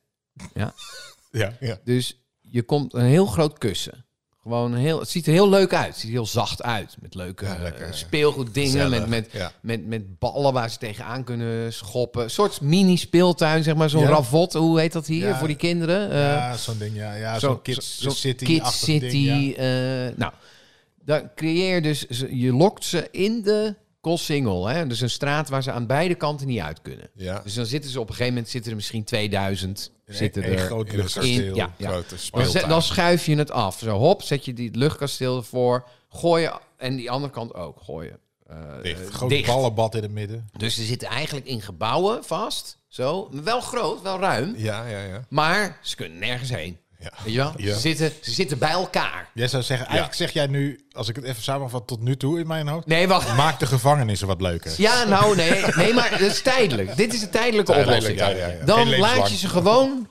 Ja, ja. Dus je komt een heel groot kussen. Gewoon een heel, het ziet er heel leuk uit. Het ziet er heel zacht uit. Met leuke Ja, lekker. eh, speelgoeddingen. Gezellig, Met, met, ja. met, met ballen waar ze tegenaan kunnen schoppen. Een soort mini-speeltuin, zeg maar. Zo'n Ja. ravot, hoe heet dat hier? Ja. Voor die kinderen. Eh, Ja, zo'n ding, ja. ja Ah, zo'n kids zo- zo'n city Kids City. eh, nou, dan creëer je dus, ze- je lokt ze in de Koolsingel. Hè? Dus een straat waar ze aan beide kanten niet uit kunnen. ja. Dus dan zitten ze op een gegeven moment, zitten er misschien 2000. Zitten Een er, groot in een luchtkasteel. in- ja, ja. Grote dan, speeltuin. zet- dan schuif je het af. Zo hop, zet je die luchtkasteel ervoor. Gooi je, en die andere kant ook, gooi je. eh, Dicht. Groot dicht. ballenbad in het midden. Dus ze zitten eigenlijk in gebouwen vast. Zo, maar wel groot, wel ruim. Ja, ja, ja. Maar ze kunnen nergens heen. Ja. Weet je wel? Ja. Ze, zitten, ze zitten bij elkaar. Jij zou zeggen, eigenlijk zeg jij nu, als ik het even samenvat tot nu toe in mijn hoofd, Nee, wacht. maak de gevangenissen wat leuker. Ja, nou, nee. Nee, maar dat is tijdelijk. Dit is een tijdelijke Tijdelijk, oplossing. ja, ja, ja. Geen Dan levenslang. laat je ze gewoon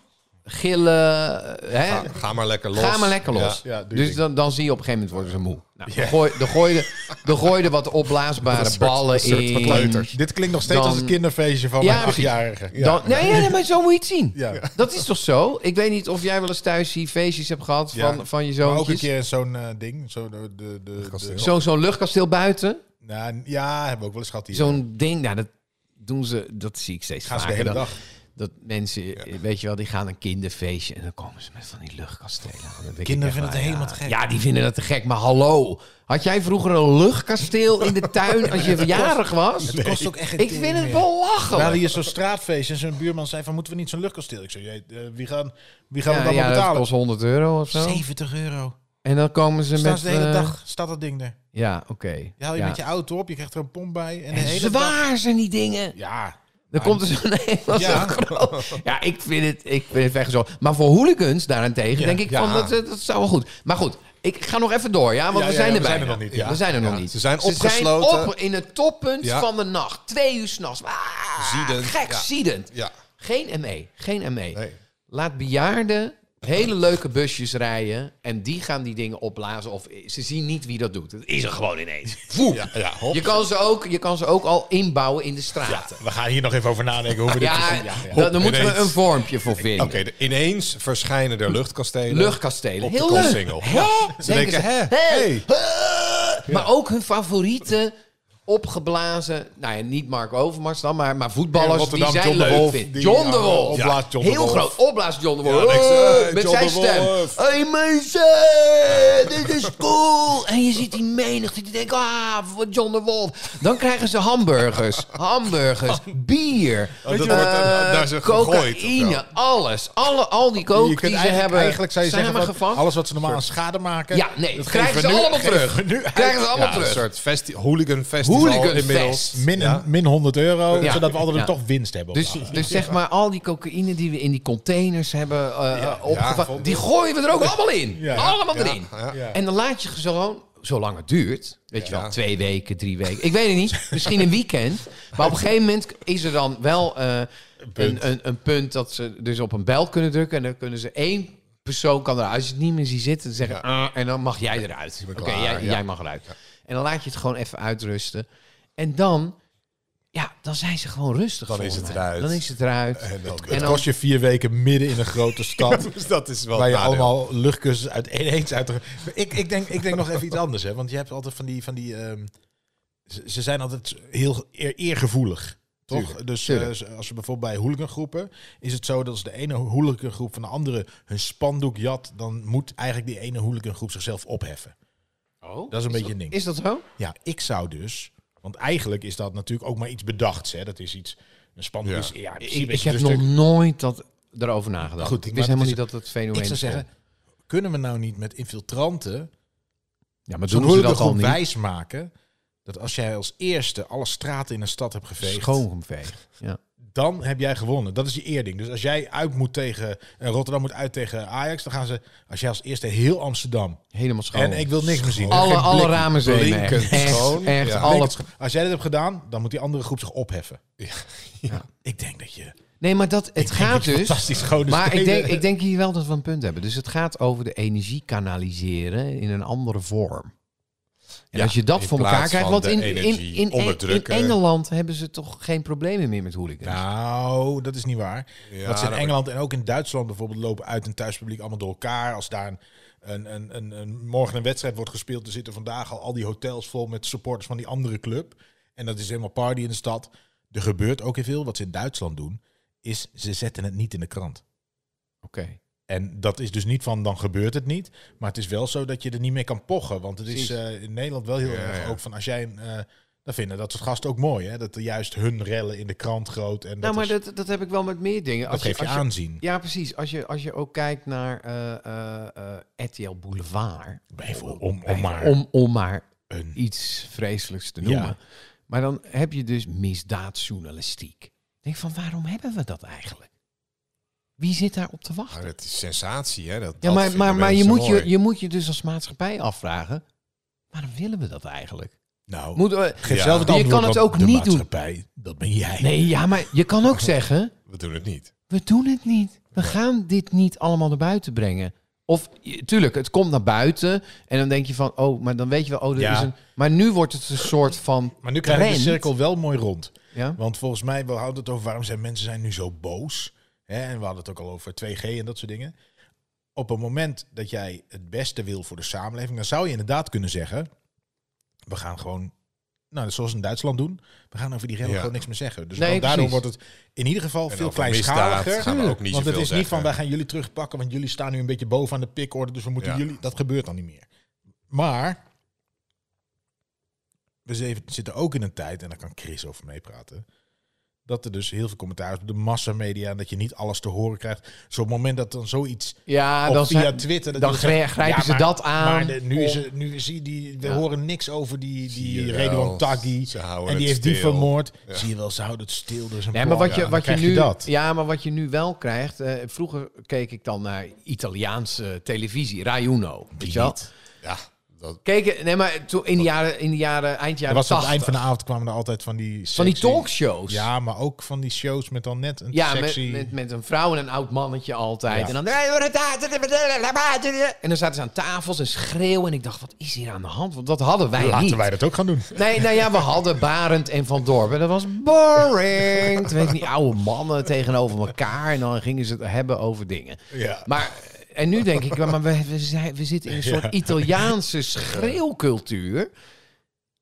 gillen. Hè? Ga, ga maar lekker los. Ga maar lekker los. Ja, ja, doe je dus ding. dan, dan zie je op een gegeven moment worden ze moe. Nou, dan, gooi, dan, gooi je, dan gooi je er wat opblaasbare ballen in. Dit klinkt nog steeds Dan- als het kinderfeestje van Ja, mijn precies. achtjarige. Ja. Dan, nee, nee, nee, maar zo moet je het zien. Ja. Ja. Dat is toch zo? Ik weet niet of jij wel eens thuis die feestjes hebt gehad van, Ja. van je Maar ook een zoontjes. keer zo'n eh, ding. Zo de, de, de, de, Kasteel. Zo'n zo'n luchtkasteel buiten. nou, ja, hebben we ook wel eens gehad hier. Zo'n ding, nou, dat doen ze, dat zie ik steeds Gaan ze de vaker. hele dat, dag. dat mensen, eh, weet je wel, die gaan een kinderfeestje en dan komen ze met van die luchtkastelen. Dan denk ik Kinderen vinden echt van, het ja, helemaal te gek. Ja, die vinden dat te gek, maar hallo. Had jij vroeger een luchtkasteel in de tuin als je jarig was? Het kost ook echt geen Ik tering vind het meer. belachelijk. We hadden hier zo'n straatfeestje en zijn buurman zei van, moeten we niet zo'n luchtkasteel? Ik zei, jee, eh, wie gaan, wie gaan we ja, dan ja, maar dat betalen? kost 100 euro of zo. 70 euro. En dan komen ze Staan met... ze de hele eh, dag, staat dat ding er. Ja, oké. Je haal je Ja. met je auto op, je krijgt er een pomp bij. En, de En hele dag- zwaar zijn die dingen. Ja. Dan komt er zo'n helemaal Ja. zo groot. Ah, dus- Ja, ik vind het, ik vind het weggezocht. Maar voor hooligans daarentegen Ja, denk ik ja. van, dat, dat zou wel goed. Maar goed, ik ga nog even door, ja? Want Ja, we ja, zijn ja, er we zijn bijna. er nog niet, ja. We zijn er nog Ja, niet. ze zijn opgesloten. op in het toppunt Ja. van de nacht. Twee uur s'nachts. Ah, Ziedend, Gek, ja. ziedend. Ja. Geen ME, geen ME. Nee. Laat bejaarden hele leuke busjes rijden. En die gaan die dingen opblazen. Of ze zien niet wie dat doet. Het is er gewoon ineens. Voep. Ja, ja, hop. Je kan, ze ook, je kan ze ook al inbouwen in de straten. We gaan hier nog even over nadenken hoe we dit Ja, precies- ja, ja. daar- daar moeten we ineens. een vormpje voor vinden. Oké, de- ineens verschijnen er luchtkastelen. Luchtkastelen. Op de Heel Koolsingel. leuk. Hè? Ze denken, hè? hè? Hey. Hè? Maar ook hun favoriete opgeblazen... Nou ja, niet Mark Overmars dan, maar, maar In voetballers die Rotterdam, zij John de leuk Wolf, vinden. die, John de ja, Wolf. opblaast John de Heel Wolf. groot. Opblaast John de Wolf. Ja, niks, Hey, eh, met John zijn de stem. Wolf. hey, mensen, dit is cool. En je ziet die menigte die denkt, ah, voor John de Wolf. Dan krijgen ze hamburgers, hamburgers, bier, Oh, dat eh, wordt dan- daar is er gegooid, of cocaïne, zo. alles. Alle, al die coke Je die kunt ze eigenlijk- hebben Eigenlijk zou je zeggen, van, samengevat. alles wat ze normaal aan schade maken... Ja, nee, dat krijgen geven ze we nu- allemaal geven terug. we nu uit. Krijgen ze allemaal Ja, een terug. soort festi hooligan festival Hooligan inmiddels. fest. Min, Ja. min 100 euro, Ja. zodat we altijd Ja. toch winst hebben. op Dus, de avond. dus zeg maar, al die cocaïne die we in die containers hebben eh opgevangen, vond ik. die gooien we er ook allemaal in. Ja. allemaal Ja, erin. ja. Ja. En dan laat je gewoon, zolang het duurt, weet je Ja. wel, twee weken, drie weken, ik weet het niet, misschien een weekend. Maar op een gegeven moment is er dan wel eh, punt. Een, een, een punt dat ze dus op een bel kunnen drukken. En dan kunnen ze één persoon kan eruit. Als je het niet meer ziet zitten, dan zeggen "Ah," en dan mag jij eruit. ben Oké, klaar, jij, ja. jij mag eruit. En dan laat je het gewoon even uitrusten. En dan, ja, dan zijn ze gewoon rustig. Dan is volgens het mij. eruit. Dan is het eruit. En dat, Eh, Het en kost dan- je vier weken midden in een grote stad... dus dat is wel Waar je het nadeel. allemaal luchtkussens uit ineens uit. Ik, ik, denk, ik denk nog even iets anders, hè? Want je hebt altijd van die. Van die ehm, ze, ze zijn altijd heel eer- eergevoelig. Toch? Tuurlijk, dus tuurlijk. eh, ze- als we bijvoorbeeld bij hooligangroepen... is het zo dat als de ene hooligangroep van de andere hun spandoek jat... dan moet eigenlijk die ene hooligangroep zichzelf opheffen. Oh, Dat is een beetje een ding. Is dat zo? Ja, ik zou dus... Want eigenlijk is dat natuurlijk ook maar iets bedachts. Hè? Dat is iets... Een spandoek Ja. is... Ja, in Ik, principe ik is het heb een nog stuk- nooit dat erover nagedacht. Nou Goed, ik ik maar wist helemaal het niet dat het fenomeen Ik zou bestond. zeggen... Kunnen we nou niet met infiltranten ja, maar Zo'n doen ze dat al hooligan niet? wijs maken dat als jij als eerste alle straten in een stad hebt geveegd, Schoongeveegd. Ja. dan heb jij gewonnen. Dat is je eerding. Dus als jij uit moet tegen eh, Rotterdam moet uit tegen Ajax, dan gaan ze als jij als eerste heel Amsterdam. Helemaal schoon. En ik wil niks meer zien. alle, Geen alle blik. ramen zijn echt. blinkend Echt, schoon. echt Ja. alle... Niks. Als jij dat hebt gedaan, dan moet die andere groep zich opheffen. Ja. Ik denk dat je Nee, maar dat, het gaat dus... fantastisch schone Maar ik speler- denk, ik denk hier wel dat we een punt hebben. Dus het gaat over de energie kanaliseren in een andere vorm. En Ja, als je dat in voor elkaar plaats krijgt, van want in, de in, in, energie in, in onderdrukken. Engeland hebben ze toch geen problemen meer met hooligans. Nou, dat is niet waar. Ja, Want ze in dat- Engeland en ook in Duitsland bijvoorbeeld lopen uit- en thuispubliek allemaal door elkaar. Als daar een, een, een, een, een- morgen een wedstrijd wordt gespeeld, dan zitten vandaag al al die hotels vol met supporters van die andere club. En dat is helemaal party in de stad. Er gebeurt ook heel veel. Wat ze in Duitsland doen, is ze zetten het niet in de krant. Oké. En dat is dus niet van dan gebeurt het niet. Maar het is wel zo dat je er niet meer kan pochen. Want het is eh, in Nederland wel heel Ja, erg ja. ook van als jij een... eh, dan vinden dat soort gasten ook mooi, hè? Dat er juist hun rellen in de krant groot. En dat Nou, maar is- dat, dat heb ik wel met meer dingen. dat Als geeft je, als aanzien. Ja, precies. Als je, als je ook kijkt naar eh, eh, eh, RTL Boulevard. Bijvoorbeeld, om, om maar Om, om maar een... iets vreselijks te Ja. noemen. Maar dan heb je dus misdaadjournalistiek. Ik denk van, waarom hebben we dat eigenlijk? Wie zit daar op te Maar wachten? het is sensatie, hè? Dat, Ja, dat maar, vinden maar, maar je, mensen moet je, mooi. je moet je dus als maatschappij afvragen... waarom willen we dat eigenlijk? Nou, Moet, eh, geef Ja. zelf het Je antwoord, kan het want ook de niet doen. maatschappij, dat ben jij. nee, ja, maar je kan ook zeggen... We doen het niet. we doen het niet. We gaan dit niet allemaal naar buiten brengen. Of je- tuurlijk, het komt naar buiten en dan denk je van, oh, maar dan weet je wel, oh, er Ja. is een. Maar nu wordt het een soort van. Maar nu krijg je de trend. cirkel wel mooi rond. Ja? Want volgens mij, we houden het over waarom zijn mensen zijn nu zo boos. Hè? En we hadden het ook al over 2G en dat soort dingen. Op het moment dat jij het beste wil voor de samenleving, dan zou je inderdaad kunnen zeggen: we gaan gewoon, nou, zoals in Duitsland doen, we gaan over die rellen Ja. gewoon niks meer zeggen. Dus Nee, want daardoor precies. wordt het in ieder geval En veel over misdaad kleinschaliger. gaan we ook niet want het is zoveel niet van zeggen. wij gaan jullie terugpakken, want jullie staan nu een beetje boven aan de pikorde, dus we moeten Ja. jullie. Dat gebeurt dan niet meer. Maar we zeven- zitten ook in een tijd, en daar kan Chris over meepraten. Dat er dus heel veel commentaar is op de massamedia en dat je niet alles te horen krijgt. Dus op het moment dat dan zoiets Ja, dan, of via zijn- Twitter... dat dan je zegt, grij- grijpen ja, ze maar- dat aan. Maar de- nu, is Of- het- nu zie je die... We Ja. horen niks over die, Zie die je Redouan wel, Taghi. ze houden En die het heeft die stil. vermoord. Zie je wel, ze houden het stil. Dus een Nee, maar plan. wat Ja, je, dan wat je krijg je nu, dat. ja, maar wat je nu wel krijgt. eh, vroeger keek ik dan naar Italiaanse televisie, Rai Uno. Weet je wel? Ja, dat, Keken, nee, maar toen in de jaren, in de jaren eind Er jaren was aan het 80, eind van de avond kwamen er altijd van die... van die sexy- talkshows. Ja, maar ook van die shows met dan net een Ja, met, sexy... met, met een vrouw en een oud mannetje altijd. Ja. En dan... En dan zaten ze aan tafels en schreeuwen. En ik dacht, wat is hier aan de hand? Want dat hadden wij Laten niet. wij dat ook gaan doen. Nee, nou ja, we hadden Barend en Van Dorp. En dat was boring. Toen weet die oude mannen tegenover elkaar. En dan gingen ze het hebben over dingen. Ja. Maar, en nu denk ik, maar we, we, zijn, we zitten in een soort Italiaanse schreeuwcultuur.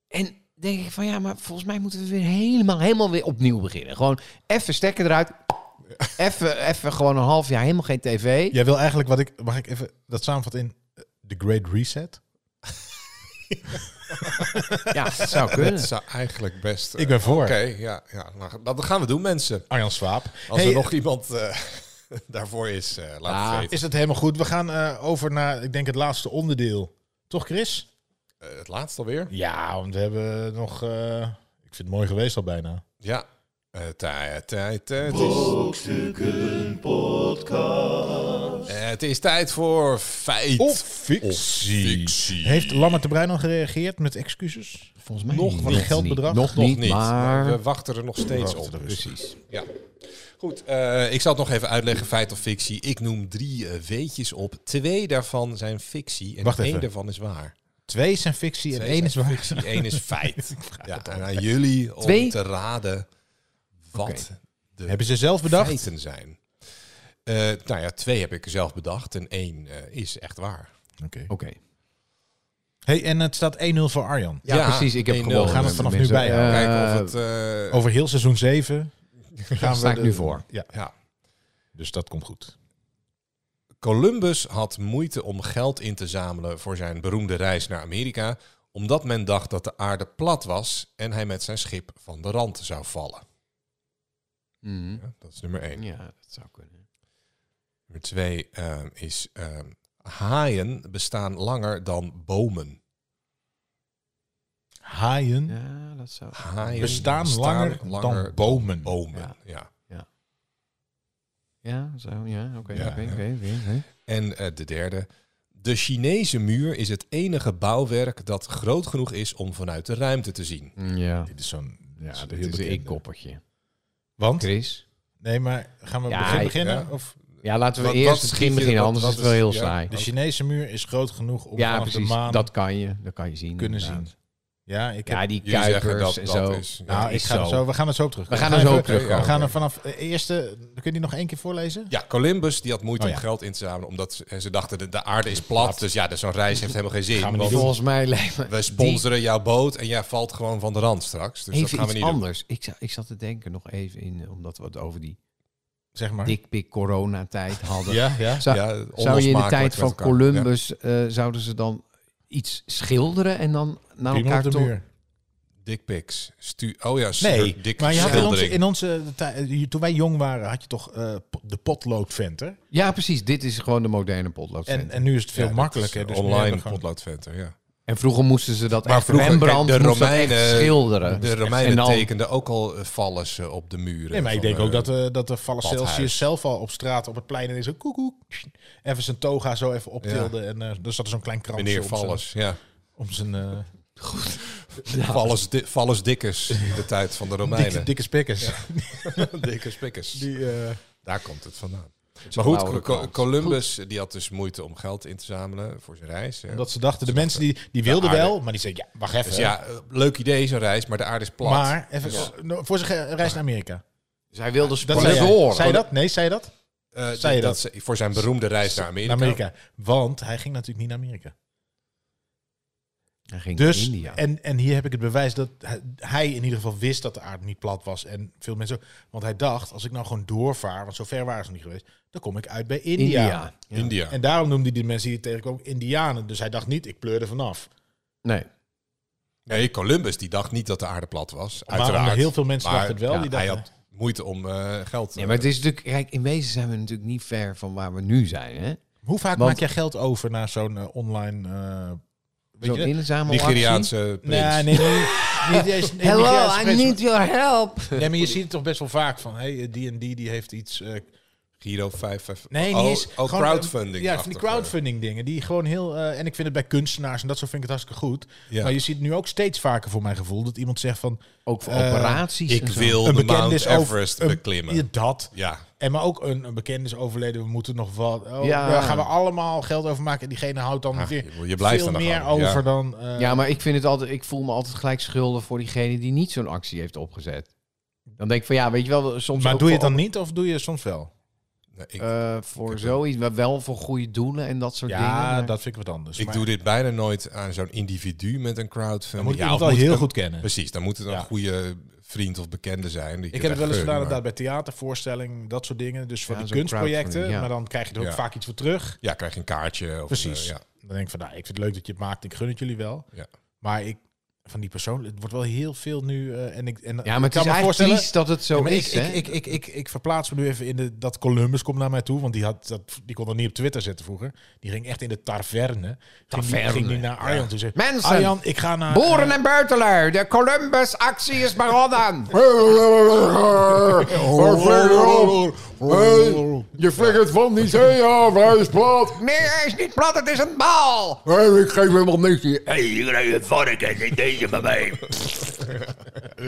En denk ik van ja, maar volgens mij moeten we weer helemaal, helemaal weer opnieuw beginnen. Gewoon even stekker eruit. Even, even gewoon een half jaar helemaal geen tv. Jij wil eigenlijk wat ik... Mag ik even dat samenvatten in... eh, The Great Reset? Ja, dat zou kunnen. dat zou eigenlijk best... eh, Ik ben voor. Oké, ja, ja nou, dat gaan we doen, mensen. Arjan Swaap. Als Hey, er nog iemand eh, daarvoor is, eh, laat Ah, het weten. Is dat helemaal goed? We gaan eh, over naar, ik denk, het laatste onderdeel. Toch, Chris? Eh, het laatste alweer. Ja, want we hebben nog... eh, ik vind het mooi geweest al bijna. Ja. Eh, tij- tij- tij- Het is, Brokstukken podcast. eh, het is tijd voor feit Of fictie. fictie. Heeft Lammert de Bruin al gereageerd met excuses? Volgens mij nog niet. wat geldbedrag? Nog, Nog niet, niet. maar... We wachten er nog steeds wachten op. er dus rustig. Precies. Ja. Goed, eh, ik zal het nog even uitleggen, feit of fictie. Ik noem drie eh, weetjes op. Twee daarvan zijn fictie en Wacht één even. daarvan is waar. Twee zijn fictie en Twee één is zijn waar. fictie, één is feit. ja, en aan jullie om Twee? te raden wat Oké. de Hebben ze zelf bedacht? feiten zijn. Eh, nou ja, twee heb ik zelf bedacht en één eh, is echt waar. Oké. Oké. Hey, en het staat 1-0 voor Arjan. Ja, precies. Ik heb 1-0. gewonnen. Gaan we vanaf nu bij bijhouden. Kijken of het... eh, Over heel seizoen 7 gaan sta we ik nu voor. Ja, ja. dus dat komt goed. Columbus had moeite om geld in te zamelen voor zijn beroemde reis naar Amerika, omdat men dacht dat de aarde plat was en hij met zijn schip van de rand zou vallen. Mhm. Ja, dat is nummer één. Ja, dat zou kunnen. Nummer twee eh, is eh, haaien bestaan langer dan bomen. Haaien. Ja, dat zou... Haaien Bestaan langer dan bomen. bomen. Ja. Ja. Ja, zo, ja, oké, Ja, oké, ja. oké, oké, oké. En eh, de derde. De Chinese muur is het enige bouwwerk dat groot genoeg is om vanuit de ruimte te zien. Mm, Ja, Dit is zo'n... Ja, ja dat heel dit is een bekende. inkoppertje. Want? Chris? Nee, maar gaan we Ja, begin ja. beginnen? Of Ja, laten we Wat- wat eerst het schiet begin je- beginnen, wat- anders wat is het wel is- heel ja, dus saai. de Chinese muur is groot genoeg om Ja, vanaf precies, de maan dat kan je, dat kan je zien. kunnen inderdaad. zien. Ja, ik heb... Ja, die Jullie zeggen kuipers dat en dat zo. is. ja. nou, ik is ga er zo. zo. We gaan er zo op terug. We gaan er zo op even- terug. Ja, We gaan oké. er vanaf... eh, Eerste... Kun je die nog één keer voorlezen? Ja, Columbus die had moeite Oh, ja. om geld in te zamelen, omdat ze, ze dachten de, de aarde is plat. Dus ja, dus zo'n reis heeft helemaal geen zin. Gaan we want niet doen. Volgens mij lijkt me... we sponsoren jouw boot en jij valt gewoon van de rand straks. Dus even dat gaan we iets niet doen. anders. Ik, za- ik zat te denken nog even in, eh, omdat we het over die Zeg maar. dikpik coronatijd hadden. Ja, ja. Zou, Ja, zou je in de onlosmakelijk tijd met van elkaar. Columbus, eh, zouden ze dan iets schilderen en dan naar Prima elkaar op de toe? muur. Dick pics. Stu oh ja, Nee, dik maar je had in onze, schildering. in onze tij- toen wij jong waren, had je toch eh, po- de potloodventer. Ja, precies. Dit is gewoon de moderne potlood. En, En, en nu is het Ja, veel dat makkelijker. is Dus nu hebben online we gewoon- potloodventer, ja. vroeger moesten ze dat Maar echt... vroeger- Rembrandt kijk, de moest dat echt Romeinen- schilderen. De Romeinen dus En dan- tekenden ook al eh, vallen op de muren. Nee, maar ik van, denk ook eh, dat, eh dat de Celsius badhuis. zelf al op straat, op het plein en is een koekoek. Even zijn toga zo even optilde. En eh er zat zo'n klein krantje Meneer op zijn- Valles, ja. Op zijn eh, Valles, di Valles Dikkers in de tijd van de dikke, Romeinen. dikke spikkers. Dikkers pikkers. Die, eh, Daar komt het vandaan. Maar goed, blauwe Co- krant. Columbus die had dus moeite om geld in te zamelen voor zijn reis. hè. omdat ze dachten, de mensen die, die wilden aarde. wel, maar die zeiden, ja, wacht even. Dus ja, eh, leuk idee zo'n reis, maar de aarde is plat. maar even nou, voor zich eh, reis naar Amerika. Zij wilden Dat zei, sponsoren. zei je dat? Nee, zei je dat? Eh, zei je dat, dat? ze- voor zijn beroemde reis naar Amerika. Naar Amerika. Want hij ging natuurlijk niet naar Amerika. Hij ging Dus, naar India. en, en hier heb ik het bewijs dat hij- hij in ieder geval wist dat de aarde niet plat was. En veel mensen ook. Want hij dacht, als ik nou gewoon doorvaar, want zo ver waren ze nog niet geweest, dan kom ik uit bij India. India. Ja. India. En daarom noemde hij de mensen die hij tegenkwam Indianen. Dus hij dacht niet, ik pleur er vanaf. Nee. Nee, Columbus die dacht niet dat de aarde plat was. Maar Uiteraard. heel veel mensen Maar dachten het wel. ja, die hij dachten, had moeite om eh, geld Nee, maar het is natuurlijk, kijk, in wezen zijn we natuurlijk niet ver van waar we nu zijn. Hè? Hoe vaak want- maak jij geld over naar zo'n eh, online... eh, Zo'n weet je, inzamelactie. Nigeriaanse prins. nee, nee, nee. niet eens, nee, niet Hello, eens I expres, need your help. maar- Nee, maar je ziet het toch best wel vaak van, hey, eh, die en die die heeft iets eh, Giro 555. Nee, niet oh, eens. oh, Gewoon, eh, crowdfunding. Ja, van die crowdfunding dingen. Die gewoon heel. eh, en ik vind het bij kunstenaars en dat soort vind ik het hartstikke goed. Ja. Maar je ziet nu ook steeds vaker voor mijn gevoel dat iemand zegt van. Ook voor Eh, operaties. Ik en zo. wil een de bekende Mount is over- Everest een- beklimmen. je dat. ja. En maar ook een, een bekende is overleden. We moeten nog wat. Oh, Ja. Daar gaan we allemaal geld over maken. En diegene houdt dan Ah, weer je- je blijft veel er nog meer aan, ja. over dan. eh, Ja, maar ik vind het altijd, ik voel me altijd gelijk schuldig voor diegene die niet zo'n actie heeft opgezet. Dan denk ik van ja, weet je wel, soms. maar ook doe je het voor- dan niet of doe je het soms wel? Nee, ik, eh, voor zoiets, maar wel voor goede doelen en dat soort Ja, dingen. maar- dat vind ik wat anders. ik maar doe dit bijna nooit aan zo'n individu met een crowdfunding. Dan moet ik Ja, iemand of wel moet heel het een- goed kennen. Precies, dan moet het een Ja. goede vriend of bekende zijn. die je Ik heb het wel eens echt gedaan gunt, maar- inderdaad bij theatervoorstellingen, dat soort dingen. Dus voor Ja, die zo'n kunstprojecten. crowdfunding, Maar ja. dan krijg je er ook Ja. vaak iets voor terug. Ja, krijg je een kaartje. Of, Precies. eh, ja. Dan denk ik van, nou, ik vind het leuk dat je het maakt. Ik gun het jullie wel. Ja. Maar ik, van die persoon, het wordt wel heel veel nu. eh, en ik, en, ja, maar ik het is eigenlijk triest dat het zo Ja, maar ik, is. hè? ik, ik, ik, ik, ik verplaats me nu even in de, dat Columbus komt naar mij toe. Want die, had, dat, die kon dat niet op Twitter zetten vroeger. Die ging echt in de taverne. Ging die, Taverne, ging die naar Arjan toe zeggen. Mensen, Arjan, ik ga naar... eh, boeren en buitenlui, de Columbus-actie is begonnen. Oh, Je flikkert van die zee af, hij is plat. Nee, hij is niet plat, het is een bal. Hé, ik geef helemaal niks hier. Hé, Hey, hier heb je een varken, niet deze van mij.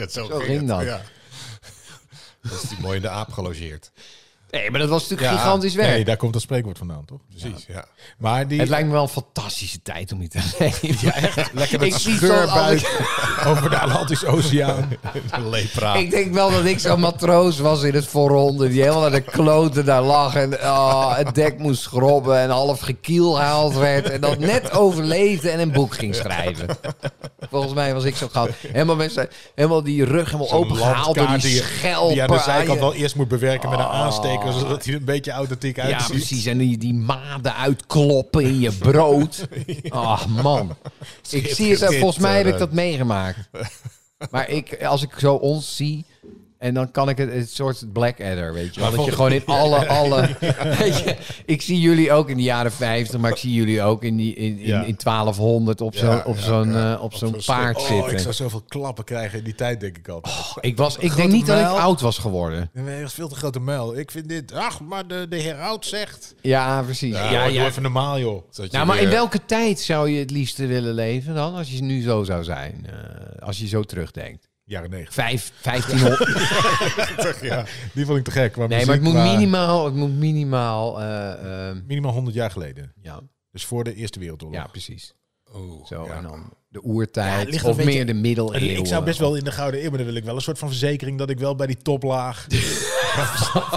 zo, Zo ging dat. Dat is die mooi in de aap gelogeerd. Nee, maar dat was natuurlijk Ja, gigantisch werk. Nee, daar komt dat spreekwoord vandaan, toch? Precies, ja. Maar die... Het lijkt me wel een fantastische tijd om hier te leven. Ja, echt. lekker ik met zie scheurbuik zo'n alles- over de Atlantische Oceaan. Lepra. Ik denk wel dat ik zo'n matroos was in het voorronde. Die helemaal aan de kloten daar lag. En ah, het dek moest schrobben. En half gekielhaald werd. En dat net overleefde en een boek ging schrijven. Volgens mij was ik zo gauw. Helemaal, met zijn- helemaal die rug helemaal opengehaald door landkaart die die- schelpen. Die aan de aan zijkant je- Oh. wel eerst moet bewerken met een aansteker, zodat hij een beetje authentiek uitziet. Ja, precies. En die, die maden uitkloppen in je brood. Ach, man. Ik zie het, volgens mij heb ik dat meegemaakt. Maar ik, als ik zo ons zie, eh, En dan kan ik het, het soort Blackadder, weet je wel. Maar Dat je gewoon volgens- in alle, alle... Weet je, ik zie jullie ook in de jaren 50, maar ik zie jullie ook in, die, in, in, Ja. in 1200 op zo'n op zo'n eh, op zo'n paard Oh, Oh. ik zitten. zou Ik, zoveel klappen krijgen in die tijd, denk ik altijd. was, ik denk grote niet dat muil. ik oud was geworden. En hij heeft veel te grote muil. Ik vind dit... Ach, maar de, de heraut zegt... Ja, precies. Ja, Ja, ja, ja, even normaal, joh. Zodat je Nou, maar weer- in welke tijd zou je het liefste willen leven dan? Als je nu zo zou zijn. eh, als je zo terugdenkt. Jaren negentig. Vijf, 1500. Ja, die vond ik te gek. Maar Nee, maar het muziek, moet minimaal... Het moet minimaal eh, eh, Minimaal 100 jaar geleden. ja, Dus voor de Eerste Wereldoorlog. ja, precies. Oeh, Zo, ja. en dan de Ja, het oertijd, ligt er of een beetje- meer de middeleeuwen. Ik zou best wel in de Gouden Eeuw, maar dan wil ik wel een soort van verzekering dat ik wel bij die toplaag. van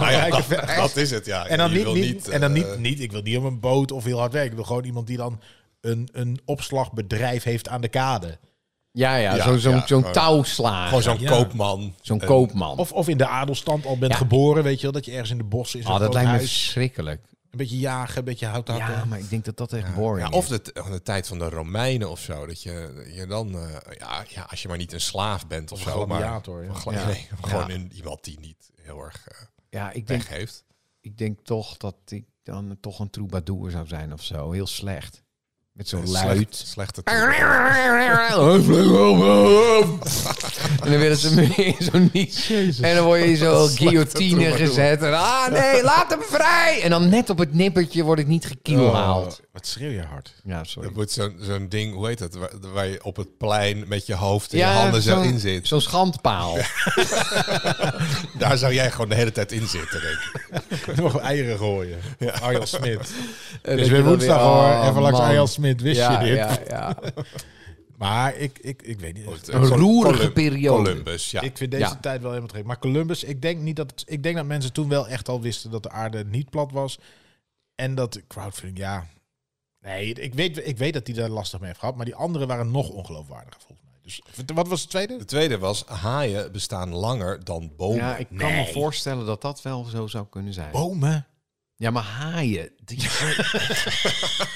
rijke Nou Dat, ver- dat is het, ja. en dan, Je niet, wil niet, en dan eh, niet, niet, ik wil niet op een boot of heel hard werken. Ik wil gewoon iemand die dan een, een opslagbedrijf heeft aan de kade. Ja, ja, Ja, zo- zo'n ja, zo'n gewoon- touwslager, Gewoon zo'n Ja. koopman. zo'n Eh, koopman. Of, of in de adelstand al bent Ja. geboren, weet je wel, dat je ergens in de bossen is. Ah, dat lijkt me huis, verschrikkelijk. Een beetje jagen, een beetje hout hakken. Ja, maar ik denk dat dat echt boring eh, Ja, is. of de, t- van de tijd van de Romeinen of zo. Dat je, je dan, eh, ja, ja, als je maar niet een slaaf bent of, een zo. Maar, gladiator, ja. of gla- Ja. nee, Ja. gewoon een, iemand die niet heel erg eh, Ja, ik denk, weg heeft. ik denk toch dat ik dan toch een troubadour zou zijn of zo. Heel slecht. Met zo'n Slecht- luid. Slechte En dan willen ze me in zo'n niets. En dan word je zo guillotine troubadour. gezet. En, ah nee, laat hem vrij! En dan net op het nippertje word ik niet gekielhaald. Oh, Wat schreeuw je hard. Ja, sorry. Dat moet zo'n zo'n ding, hoe heet dat? Waar, waar je op het plein met je hoofd en ja, je handen zo zo'n- in zit. Zo'n schandpaal. Daar zou jij gewoon de hele tijd in zitten, denk ik. Dan mogen we eieren gooien. Arjan Smit. Het Het is weer woensdag hoor. Even langs Arjan Smit, wist Oh, ja, je dit? Ja, ja. Maar ik, ik, ik weet niet. Goed, eh, Een Col- roerige Colum- periode. Columbus, ja. Ik vind deze Ja. tijd wel helemaal te gek. Maar Columbus, ik denk, niet dat het- ik denk dat mensen toen wel echt al wisten dat de aarde niet plat was. En dat de crowdfunding, ja. Nee, ik weet, ik weet dat die daar lastig mee heeft gehad. Maar die anderen waren nog ongeloofwaardiger volgens mij. Dus wat was het tweede? de tweede was, haaien bestaan langer dan Oh, bomen. Ja, ik kan me voorstellen dat dat wel zo zou kunnen zijn. Bomen. Ja, maar haaien. die-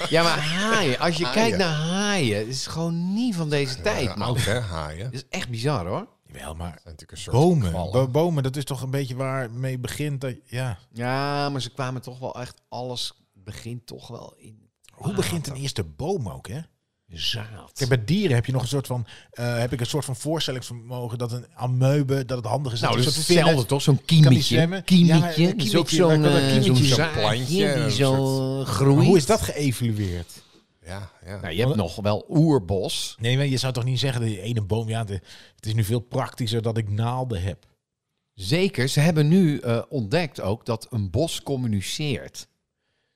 ja, maar haaien. Als je kijkt naar haaien, het is gewoon niet van deze tijd. Eh, man. oud, hè, haaien. Dat is echt bizar hoor. Jawel, maar zijn natuurlijk een soort bomen. kwallen. Bo- bomen, dat is toch een beetje waarmee begint dat... Ja. Ja, maar ze kwamen toch wel echt, alles begint toch wel in Hoe begint een eerste boom Ah, ook, hè? zaad. Kijk, bij dieren heb je nog een soort van... eh, heb ik een soort van voorstellingsvermogen dat een amoebe... dat het handig is nou, dat dat een is soort vinnen- hetzelfde toch? Zo'n Kan die kiemietje. zwemmen? Ja, maar een Kiemietje. Dat is kiemietje, ook zo'n waar kan dat eh, zo'n kiemietje? Zo'n zaadje plantje, die een zo eh, Maar groeit. hoe is dat geëvalueerd? Ja, ja. Nou, je hebt nog wel oerbos. Nee, maar je zou toch niet zeggen dat je ene boom... Ja, de- het is nu veel praktischer dat ik naalden heb. Zeker, ze hebben nu eh, ontdekt ook dat een bos communiceert.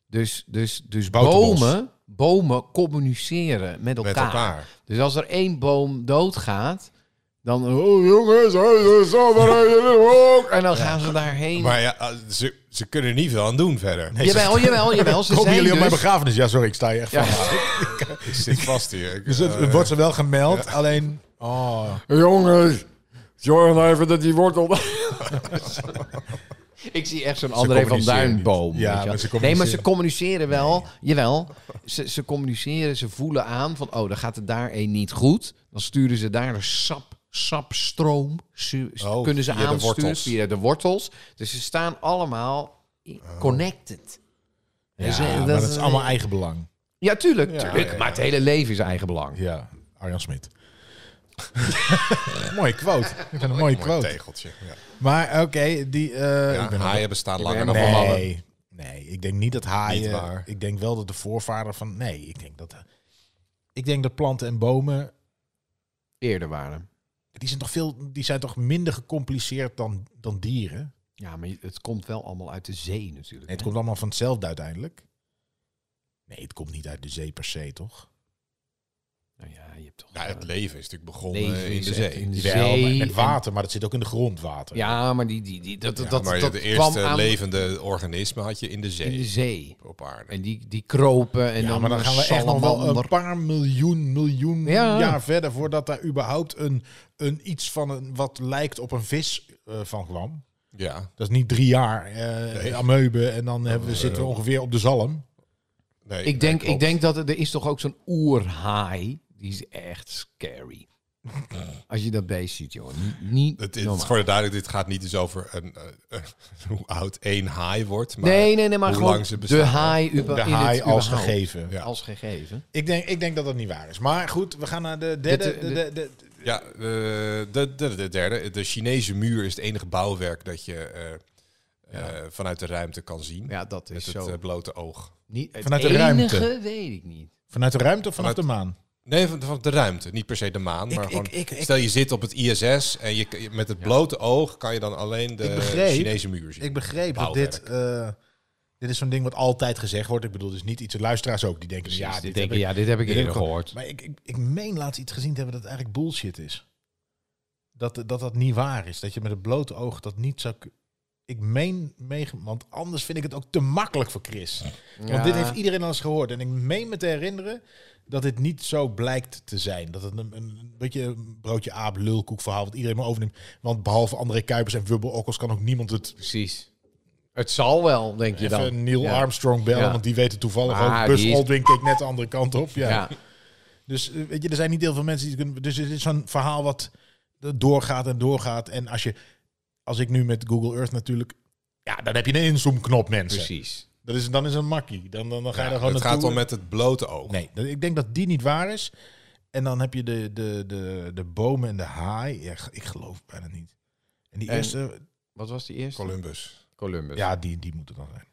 Dus, dus, dus Boutenbos. bomen, bomen communiceren met elkaar. met elkaar. Dus als er één boom doodgaat, dan... Oh, jongens, hij is zo maar hij is ook. En dan gaan ze daarheen. Maar ja, eh, ze, ze kunnen er niet veel aan doen verder. jawel, jawel, jawel. Ze Komen zijn jullie op mijn dus- begrafenis? Ja, sorry, ik sta je echt Ja. van. Ik zit vast hier. Ik, Dus het, eh, het wordt ze wel gemeld, alleen... Oh, Jongens, zorg nou even dat die wortel... Ik zie echt zo'n André van communiceren Duinboom. niet. Ja, weet je maar wel. ze nee, maar communiceren. ze communiceren wel. Jawel, ze, ze communiceren, ze voelen aan van... oh, dan gaat het daar één niet goed. Dan sturen ze daar een sap, sapstroom. Ze, ze- Oh, kunnen ze via de aansturen wortels. via de wortels. Dus ze staan allemaal i- connected. Oh. Dus, ja, En ze- maar Dus, eh, dat is allemaal eigen belang. Ja, tuurlijk. Ja, tuurlijk ja, ja. Maar het hele leven is eigen belang. Ja, Arjan Smit. mooie quote. Ik vind het een mooie een mooi quote. tegeltje. Ja. Maar oké, die... eh, Ja, ik ben haaien bestaan langer ben dan een- mannen. nee, nee, ik denk niet dat haaien... Niet waar. Ik denk wel dat de voorvader van... Nee, ik denk dat... Ik denk dat planten en bomen Eerder waren. Die zijn toch, veel, die zijn toch minder gecompliceerd dan, dan dieren? Nee, Ja, maar het komt wel allemaal uit de zee natuurlijk. het komt allemaal van hetzelfde uiteindelijk. Nee, het komt niet uit de zee per se, toch? Nou ja, je hebt toch... Nou, het eh, leven is natuurlijk begonnen leven in is de echt zee. in de Wel, zee met en- water, maar dat zit ook in de grond water. Ja, maar die, die, die, dat, Ja, dat, maar dat de kwam eerste aan levende organismen had je in de zee. in de zee. Op aarde. En die, die kropen en Ja, dan maar dan gaan we echt nog wel een salamander. paar miljoen, miljoen Ja. jaar verder voordat daar überhaupt een, een iets van een, wat lijkt op een vis eh, van kwam. ja, Dat is niet drie jaar, eh ameuben en dan hebben we, Eh, zitten we ongeveer op de zalm. nee, Ik denk, klopt. ik denk dat er er is toch ook zo'n oerhaai. Die is echt scary. Als je dat beest ziet, joh. Niet, niet Het, is- het is normaal. gewoon duidelijk, dit gaat niet eens over een, eh, hoe oud één haai wordt. Maar nee, nee, nee, maar hoe gewoon lang ze de bestaan. haai, uber, De in haai het als überhaupt. gegeven. Ja. Als gegeven. Ik, denk, ik denk dat dat niet waar is. Maar goed, we gaan naar de derde. Dit, de- eh, de- de- Ja, de, de, de, de derde. De Chinese muur is het enige bouwwerk dat je eh, eh, vanuit de ruimte kan zien. Ja, dat dus met is het zo. eh, blote oog. niet, het vanuit de enige ruimte. weet ik niet. vanuit de ruimte of vanaf Vanuit- de maan? Nee, van, van de ruimte. Niet per se de maan. maar gewoon, ik- ik- ik- stel je zit op het ISS en je, je- met het blote oog kan je dan alleen de Ik begreep- Chinese muur zien. Ik begreep dat dit. eh, dit is zo'n ding wat altijd gezegd wordt. Ik bedoel, dus niet iets. De luisteraars ook die denken. ja, Ja, dit dit heb denk ik. ik, ja, dit heb ik dit eerder heb ik al- gehoord. Maar ik, ik, ik meen laatst iets gezien te hebben dat het eigenlijk bullshit is. Dat, dat dat niet waar is. Dat je met het blote oog dat niet zou... ku- Ik meen mee, want anders vind ik het ook te makkelijk voor Chris. Want dit heeft iedereen al eens gehoord. En ik meen me te herinneren dat dit niet zo blijkt te zijn. Dat het een, een beetje een broodje aap lulkoek verhaal wat iedereen maar overneemt. Want behalve André Kuipers en Wubbel Okkels kan ook niemand het... Precies. Het zal wel, denk je dan. Even Neil Ja. Armstrong bellen, Ja. want die weet het toevallig Maar ook. Bus die is- Aldrin keek net de andere kant op. Ja. ja. Dus eh, weet je, er zijn niet heel veel mensen die het kunnen. Dus het is zo'n verhaal wat doorgaat en doorgaat. En als je, als ik nu met Google Earth natuurlijk, ja, dan heb je een inzoomknop, mensen. precies. Dat is dan is een makkie. Dan, dan, dan ga je er gewoon het gaat naartoe. om met het blote oog. Nee, dat- ik denk dat die niet waar is. En dan heb je de, de, de, de bomen en de haai. Ja, ik geloof het bijna niet. En die En- eerste, Wat was die eerste? Columbus. Columbus. ja, die, die moet het dan zijn.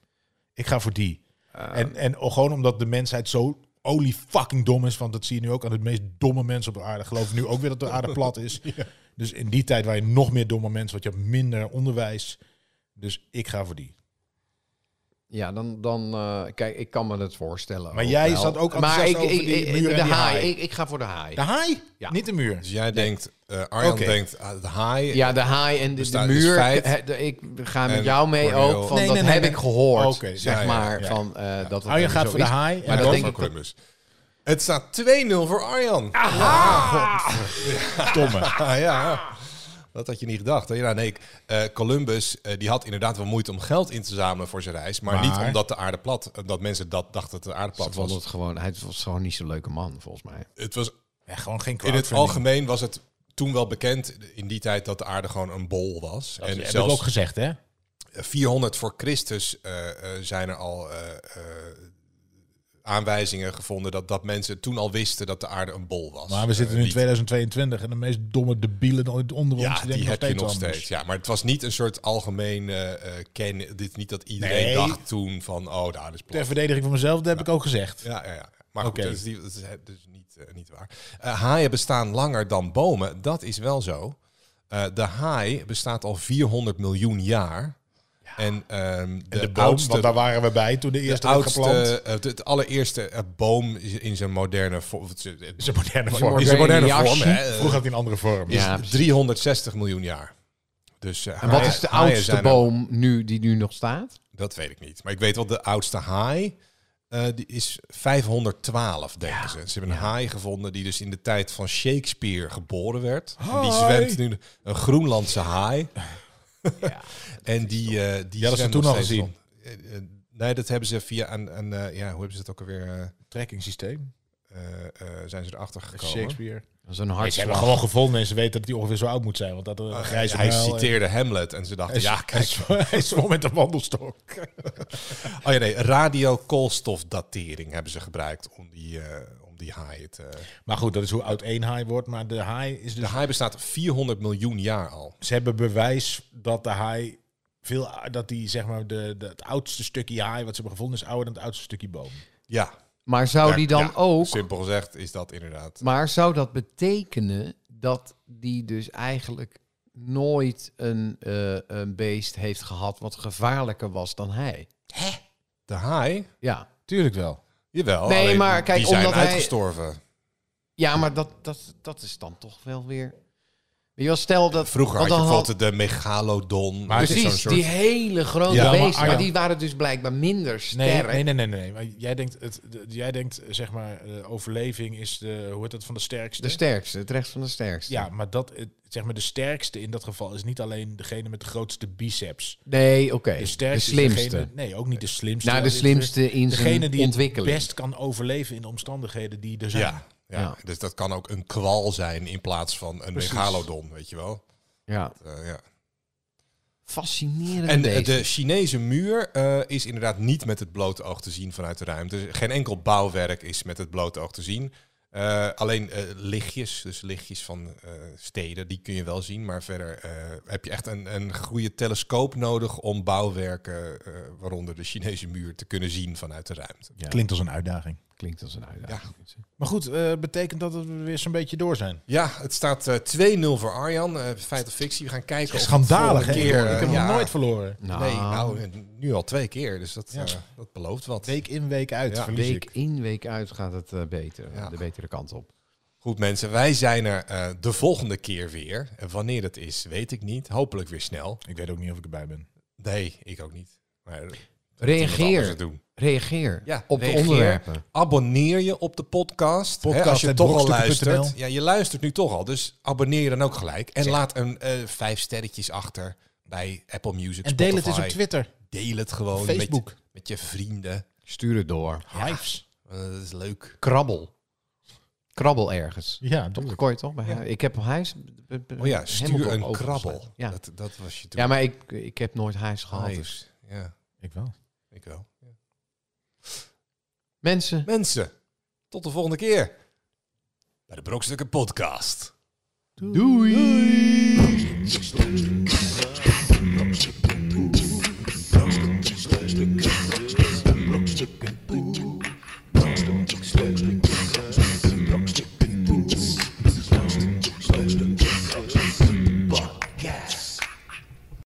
Ik ga voor die. Eh, En, en ook gewoon omdat de mensheid zo olie fucking dom is. Want dat zie je nu ook aan het meest domme mensen op de aarde. Geloven nu ook weer dat de aarde plat is. Dus in die tijd waar je nog meer domme mensen, want je hebt minder onderwijs. Dus ik ga voor die. Ja, dan, dan eh, kijk, ik kan me het voorstellen. Maar ook jij wel. zat ook maar enthousiast ik, over ik- die ik- muur en de die haai. haai. Ik, ik ga voor de haai. De haai? Ja. Niet de muur. Dus jij denkt, eh Arjan Oké. denkt, ah, de haai. ja, de haai en de, de Bestaat- is dus muur. feit. he- de- ik ga met En jou mee Cornel- ook. Van, Nee, dat nee, nee, heb nee. ik gehoord. Oké, ja, zeg ja, maar. ja. Van, eh, dat dat Arjan even gaat zo voor de is. haai. Maar en dat dat dan denk voor ik dat- Columbus. Het staat 2-0 voor Ah, Arjan. domme. Ah, ja. Dat had je niet gedacht. Hè? Ja, nee, ik- eh, Columbus eh, die had inderdaad wel moeite om geld in te zamelen voor zijn reis. Maar, Maar- niet omdat de aarde plat, omdat mensen dat dachten dat de aarde Ze plat was. vonden Het, het gewoon, hij was gewoon niet zo'n leuke man, volgens mij. was Ja, gewoon geen in het crowdfunding. algemeen was het toen wel bekend in die tijd dat de aarde gewoon een bol was. en Heb ik zelfs ook gezegd, hè? 400 voor Christus eh, eh, zijn er al eh, eh, aanwijzingen gevonden dat, dat mensen toen al wisten dat de aarde een bol was. Maar we Eh, zitten nu in die- 2022 en de meest domme debielen ooit onder ons Ja, denken die nog heb je steeds Dus nog anders. steeds. Ja, maar het was niet een soort algemeen eh, eh, ken. Dit niet dat iedereen Nee. dacht toen van, oh, de aarde is Ter plat. verdediging van mezelf, dat heb ik ook gezegd. Ja, ja, ja. Maar goed, Oké. dat is, die- dat is dus niet, eh, niet waar. Eh, haaien bestaan langer dan bomen. Dat is wel zo. Eh, de haai bestaat al 400 miljoen jaar. En, ehm, En de, de, boom, oudste, want daar waren we bij toen de de eerste werd geplant. oudste het, het allereerste eh, boom is in zijn moderne vorm. In Zijn moderne vorm. zijn moderne Moderne vorm, hè, eh, Vroeger had hij een andere vorm. is Ja, precies. 360 miljoen jaar. Dus, eh, En wat haaien- is de haaien oudste zijn al- boom nu, die nu nog staat? Dat weet ik niet. Maar ik weet wel, de oudste haai eh, die is 512, denken ze. Ze hebben een haai gevonden die dus in de tijd van Shakespeare geboren werd. En Haai. die zwemt nu een Groenlandse haai. en die, eh, die Ja, dat is zwemt toen nog al steeds gezien. rond. Eh, eh, nee, dat hebben ze via een, een eh, ja, hoe hebben ze dat ook alweer, eh, Trekkingssysteem. eh, eh, zijn ze erachter gekomen? Shakespeare. Zo'n Nee, ze hebben hartslag. hem gewoon gevonden en ze weten dat hij ongeveer zo oud moet zijn. Want dat een Eh, grijze hij muil en- citeerde Hamlet en ze dachten, Hij, ja, hij, kijk, zwom- hij zwom met een wandelstok. Oh ja, nee, radiokoolstofdatering hebben ze gebruikt om die, eh, om die haaien te... Maar goed, dat is hoe oud één haai wordt. Maar de haai is De dus... haai bestaat 400 miljoen jaar al. Ze hebben bewijs dat de haai... Veel, dat die, zeg maar, de, de, het oudste stukje haai wat ze hebben gevonden is ouder dan het oudste stukje boom. Ja. Maar zou Ja, die dan ja, ook... Simpel gezegd is dat inderdaad. Maar zou dat betekenen dat die dus eigenlijk nooit een, eh, een beest heeft gehad wat gevaarlijker was dan hij? De haai? Ja, Tuurlijk wel. Jawel. Nee, alleen maar kijk, die zijn omdat hij- uitgestorven. ja maar dat, dat, dat is dan toch wel weer... Weet je wel, stel dat... Vroeger had want je dan bijvoorbeeld de megalodon. Maar Dat is Precies, zo'n soort- die hele grote Ja, maar beesten, maar, Arjan- die waren dus blijkbaar minder Nee, sterk. nee, nee, nee, nee. Maar jij denkt, het, de- jij denkt zeg maar, eh, overleving is de, hoe heet dat, van de sterkste. De sterkste, het recht van de sterkste. Ja, maar dat, eh, zeg maar, de sterkste in dat geval is niet alleen degene met de grootste biceps. Nee, oké. De De, sterkste is slimste. degene- nee, ook niet de slimste. Nou, de slimste in zijn Degene die ontwikkeling. het best kan overleven in de omstandigheden die er zijn. Ja. Ja, Ja. Dus dat kan ook een kwal zijn in plaats van een Precies. megalodon, weet je wel. Ja. Eh, ja. Fascinerend. En de, deze. de Chinese muur eh, is inderdaad niet met het blote oog te zien vanuit de ruimte. Dus Geen enkel bouwwerk is met het blote oog te zien. Eh, alleen eh, lichtjes, dus lichtjes van eh, steden, die kun je wel zien. Maar verder eh, heb je echt een, een goede telescoop nodig om bouwwerken, eh, waaronder de Chinese muur, te kunnen zien vanuit de ruimte. Ja, Klinkt als een uitdaging. klinkt als een uitdaging. Maar goed, eh, betekent dat dat we weer zo'n beetje door zijn? Ja, het staat eh, 2-0 voor Arjan. Eh feit of fictie, we gaan kijken. of het Schandalig, hè? volgende keer, ik heb eh, ja. nog nooit verloren. Nou, Nee, nou, nu al twee keer, dus dat, Ja. eh, dat belooft wat. Week in, week uit. Ja. verlies week ik. in, week uit gaat het eh, beter. Ja. De betere kant op. Goed mensen, wij zijn er eh, de volgende keer weer. En wanneer dat is, weet ik niet. Hopelijk weer snel. Ik weet ook niet of ik erbij ben. Nee, ik ook niet. Maar eh, dat moet iemand anders het Reageer. doen. Reageer Ja, op reageer. de onderwerpen. Abonneer je op de podcast. hè, Podcast als je at toch al brokstukken.nl. luistert. Ja, je luistert nu toch al. Dus abonneer je dan ook gelijk. En laat een eh, vijf sterretjes achter bij Apple Music, En deel het eens Spotify. op Twitter, Deel het gewoon Facebook. Met, je- met je vrienden. Stuur het door. Hives. Eh, dat is leuk. Krabbel. Krabbel ergens. Ja, Toch, doe dat kon je toch? Bij hij- Ik heb hijs. Eh, Oh ja, helemaal stuur door een open krabbel. gesloten. Ja, Dat, dat was je toen. ja maar ik, ik heb nooit hijs gehad. Nee, Dus. ja, Ik wel. ik wel. Mensen, Mensen, tot de volgende keer bij de Brokstukken Podcast. doei. Doei.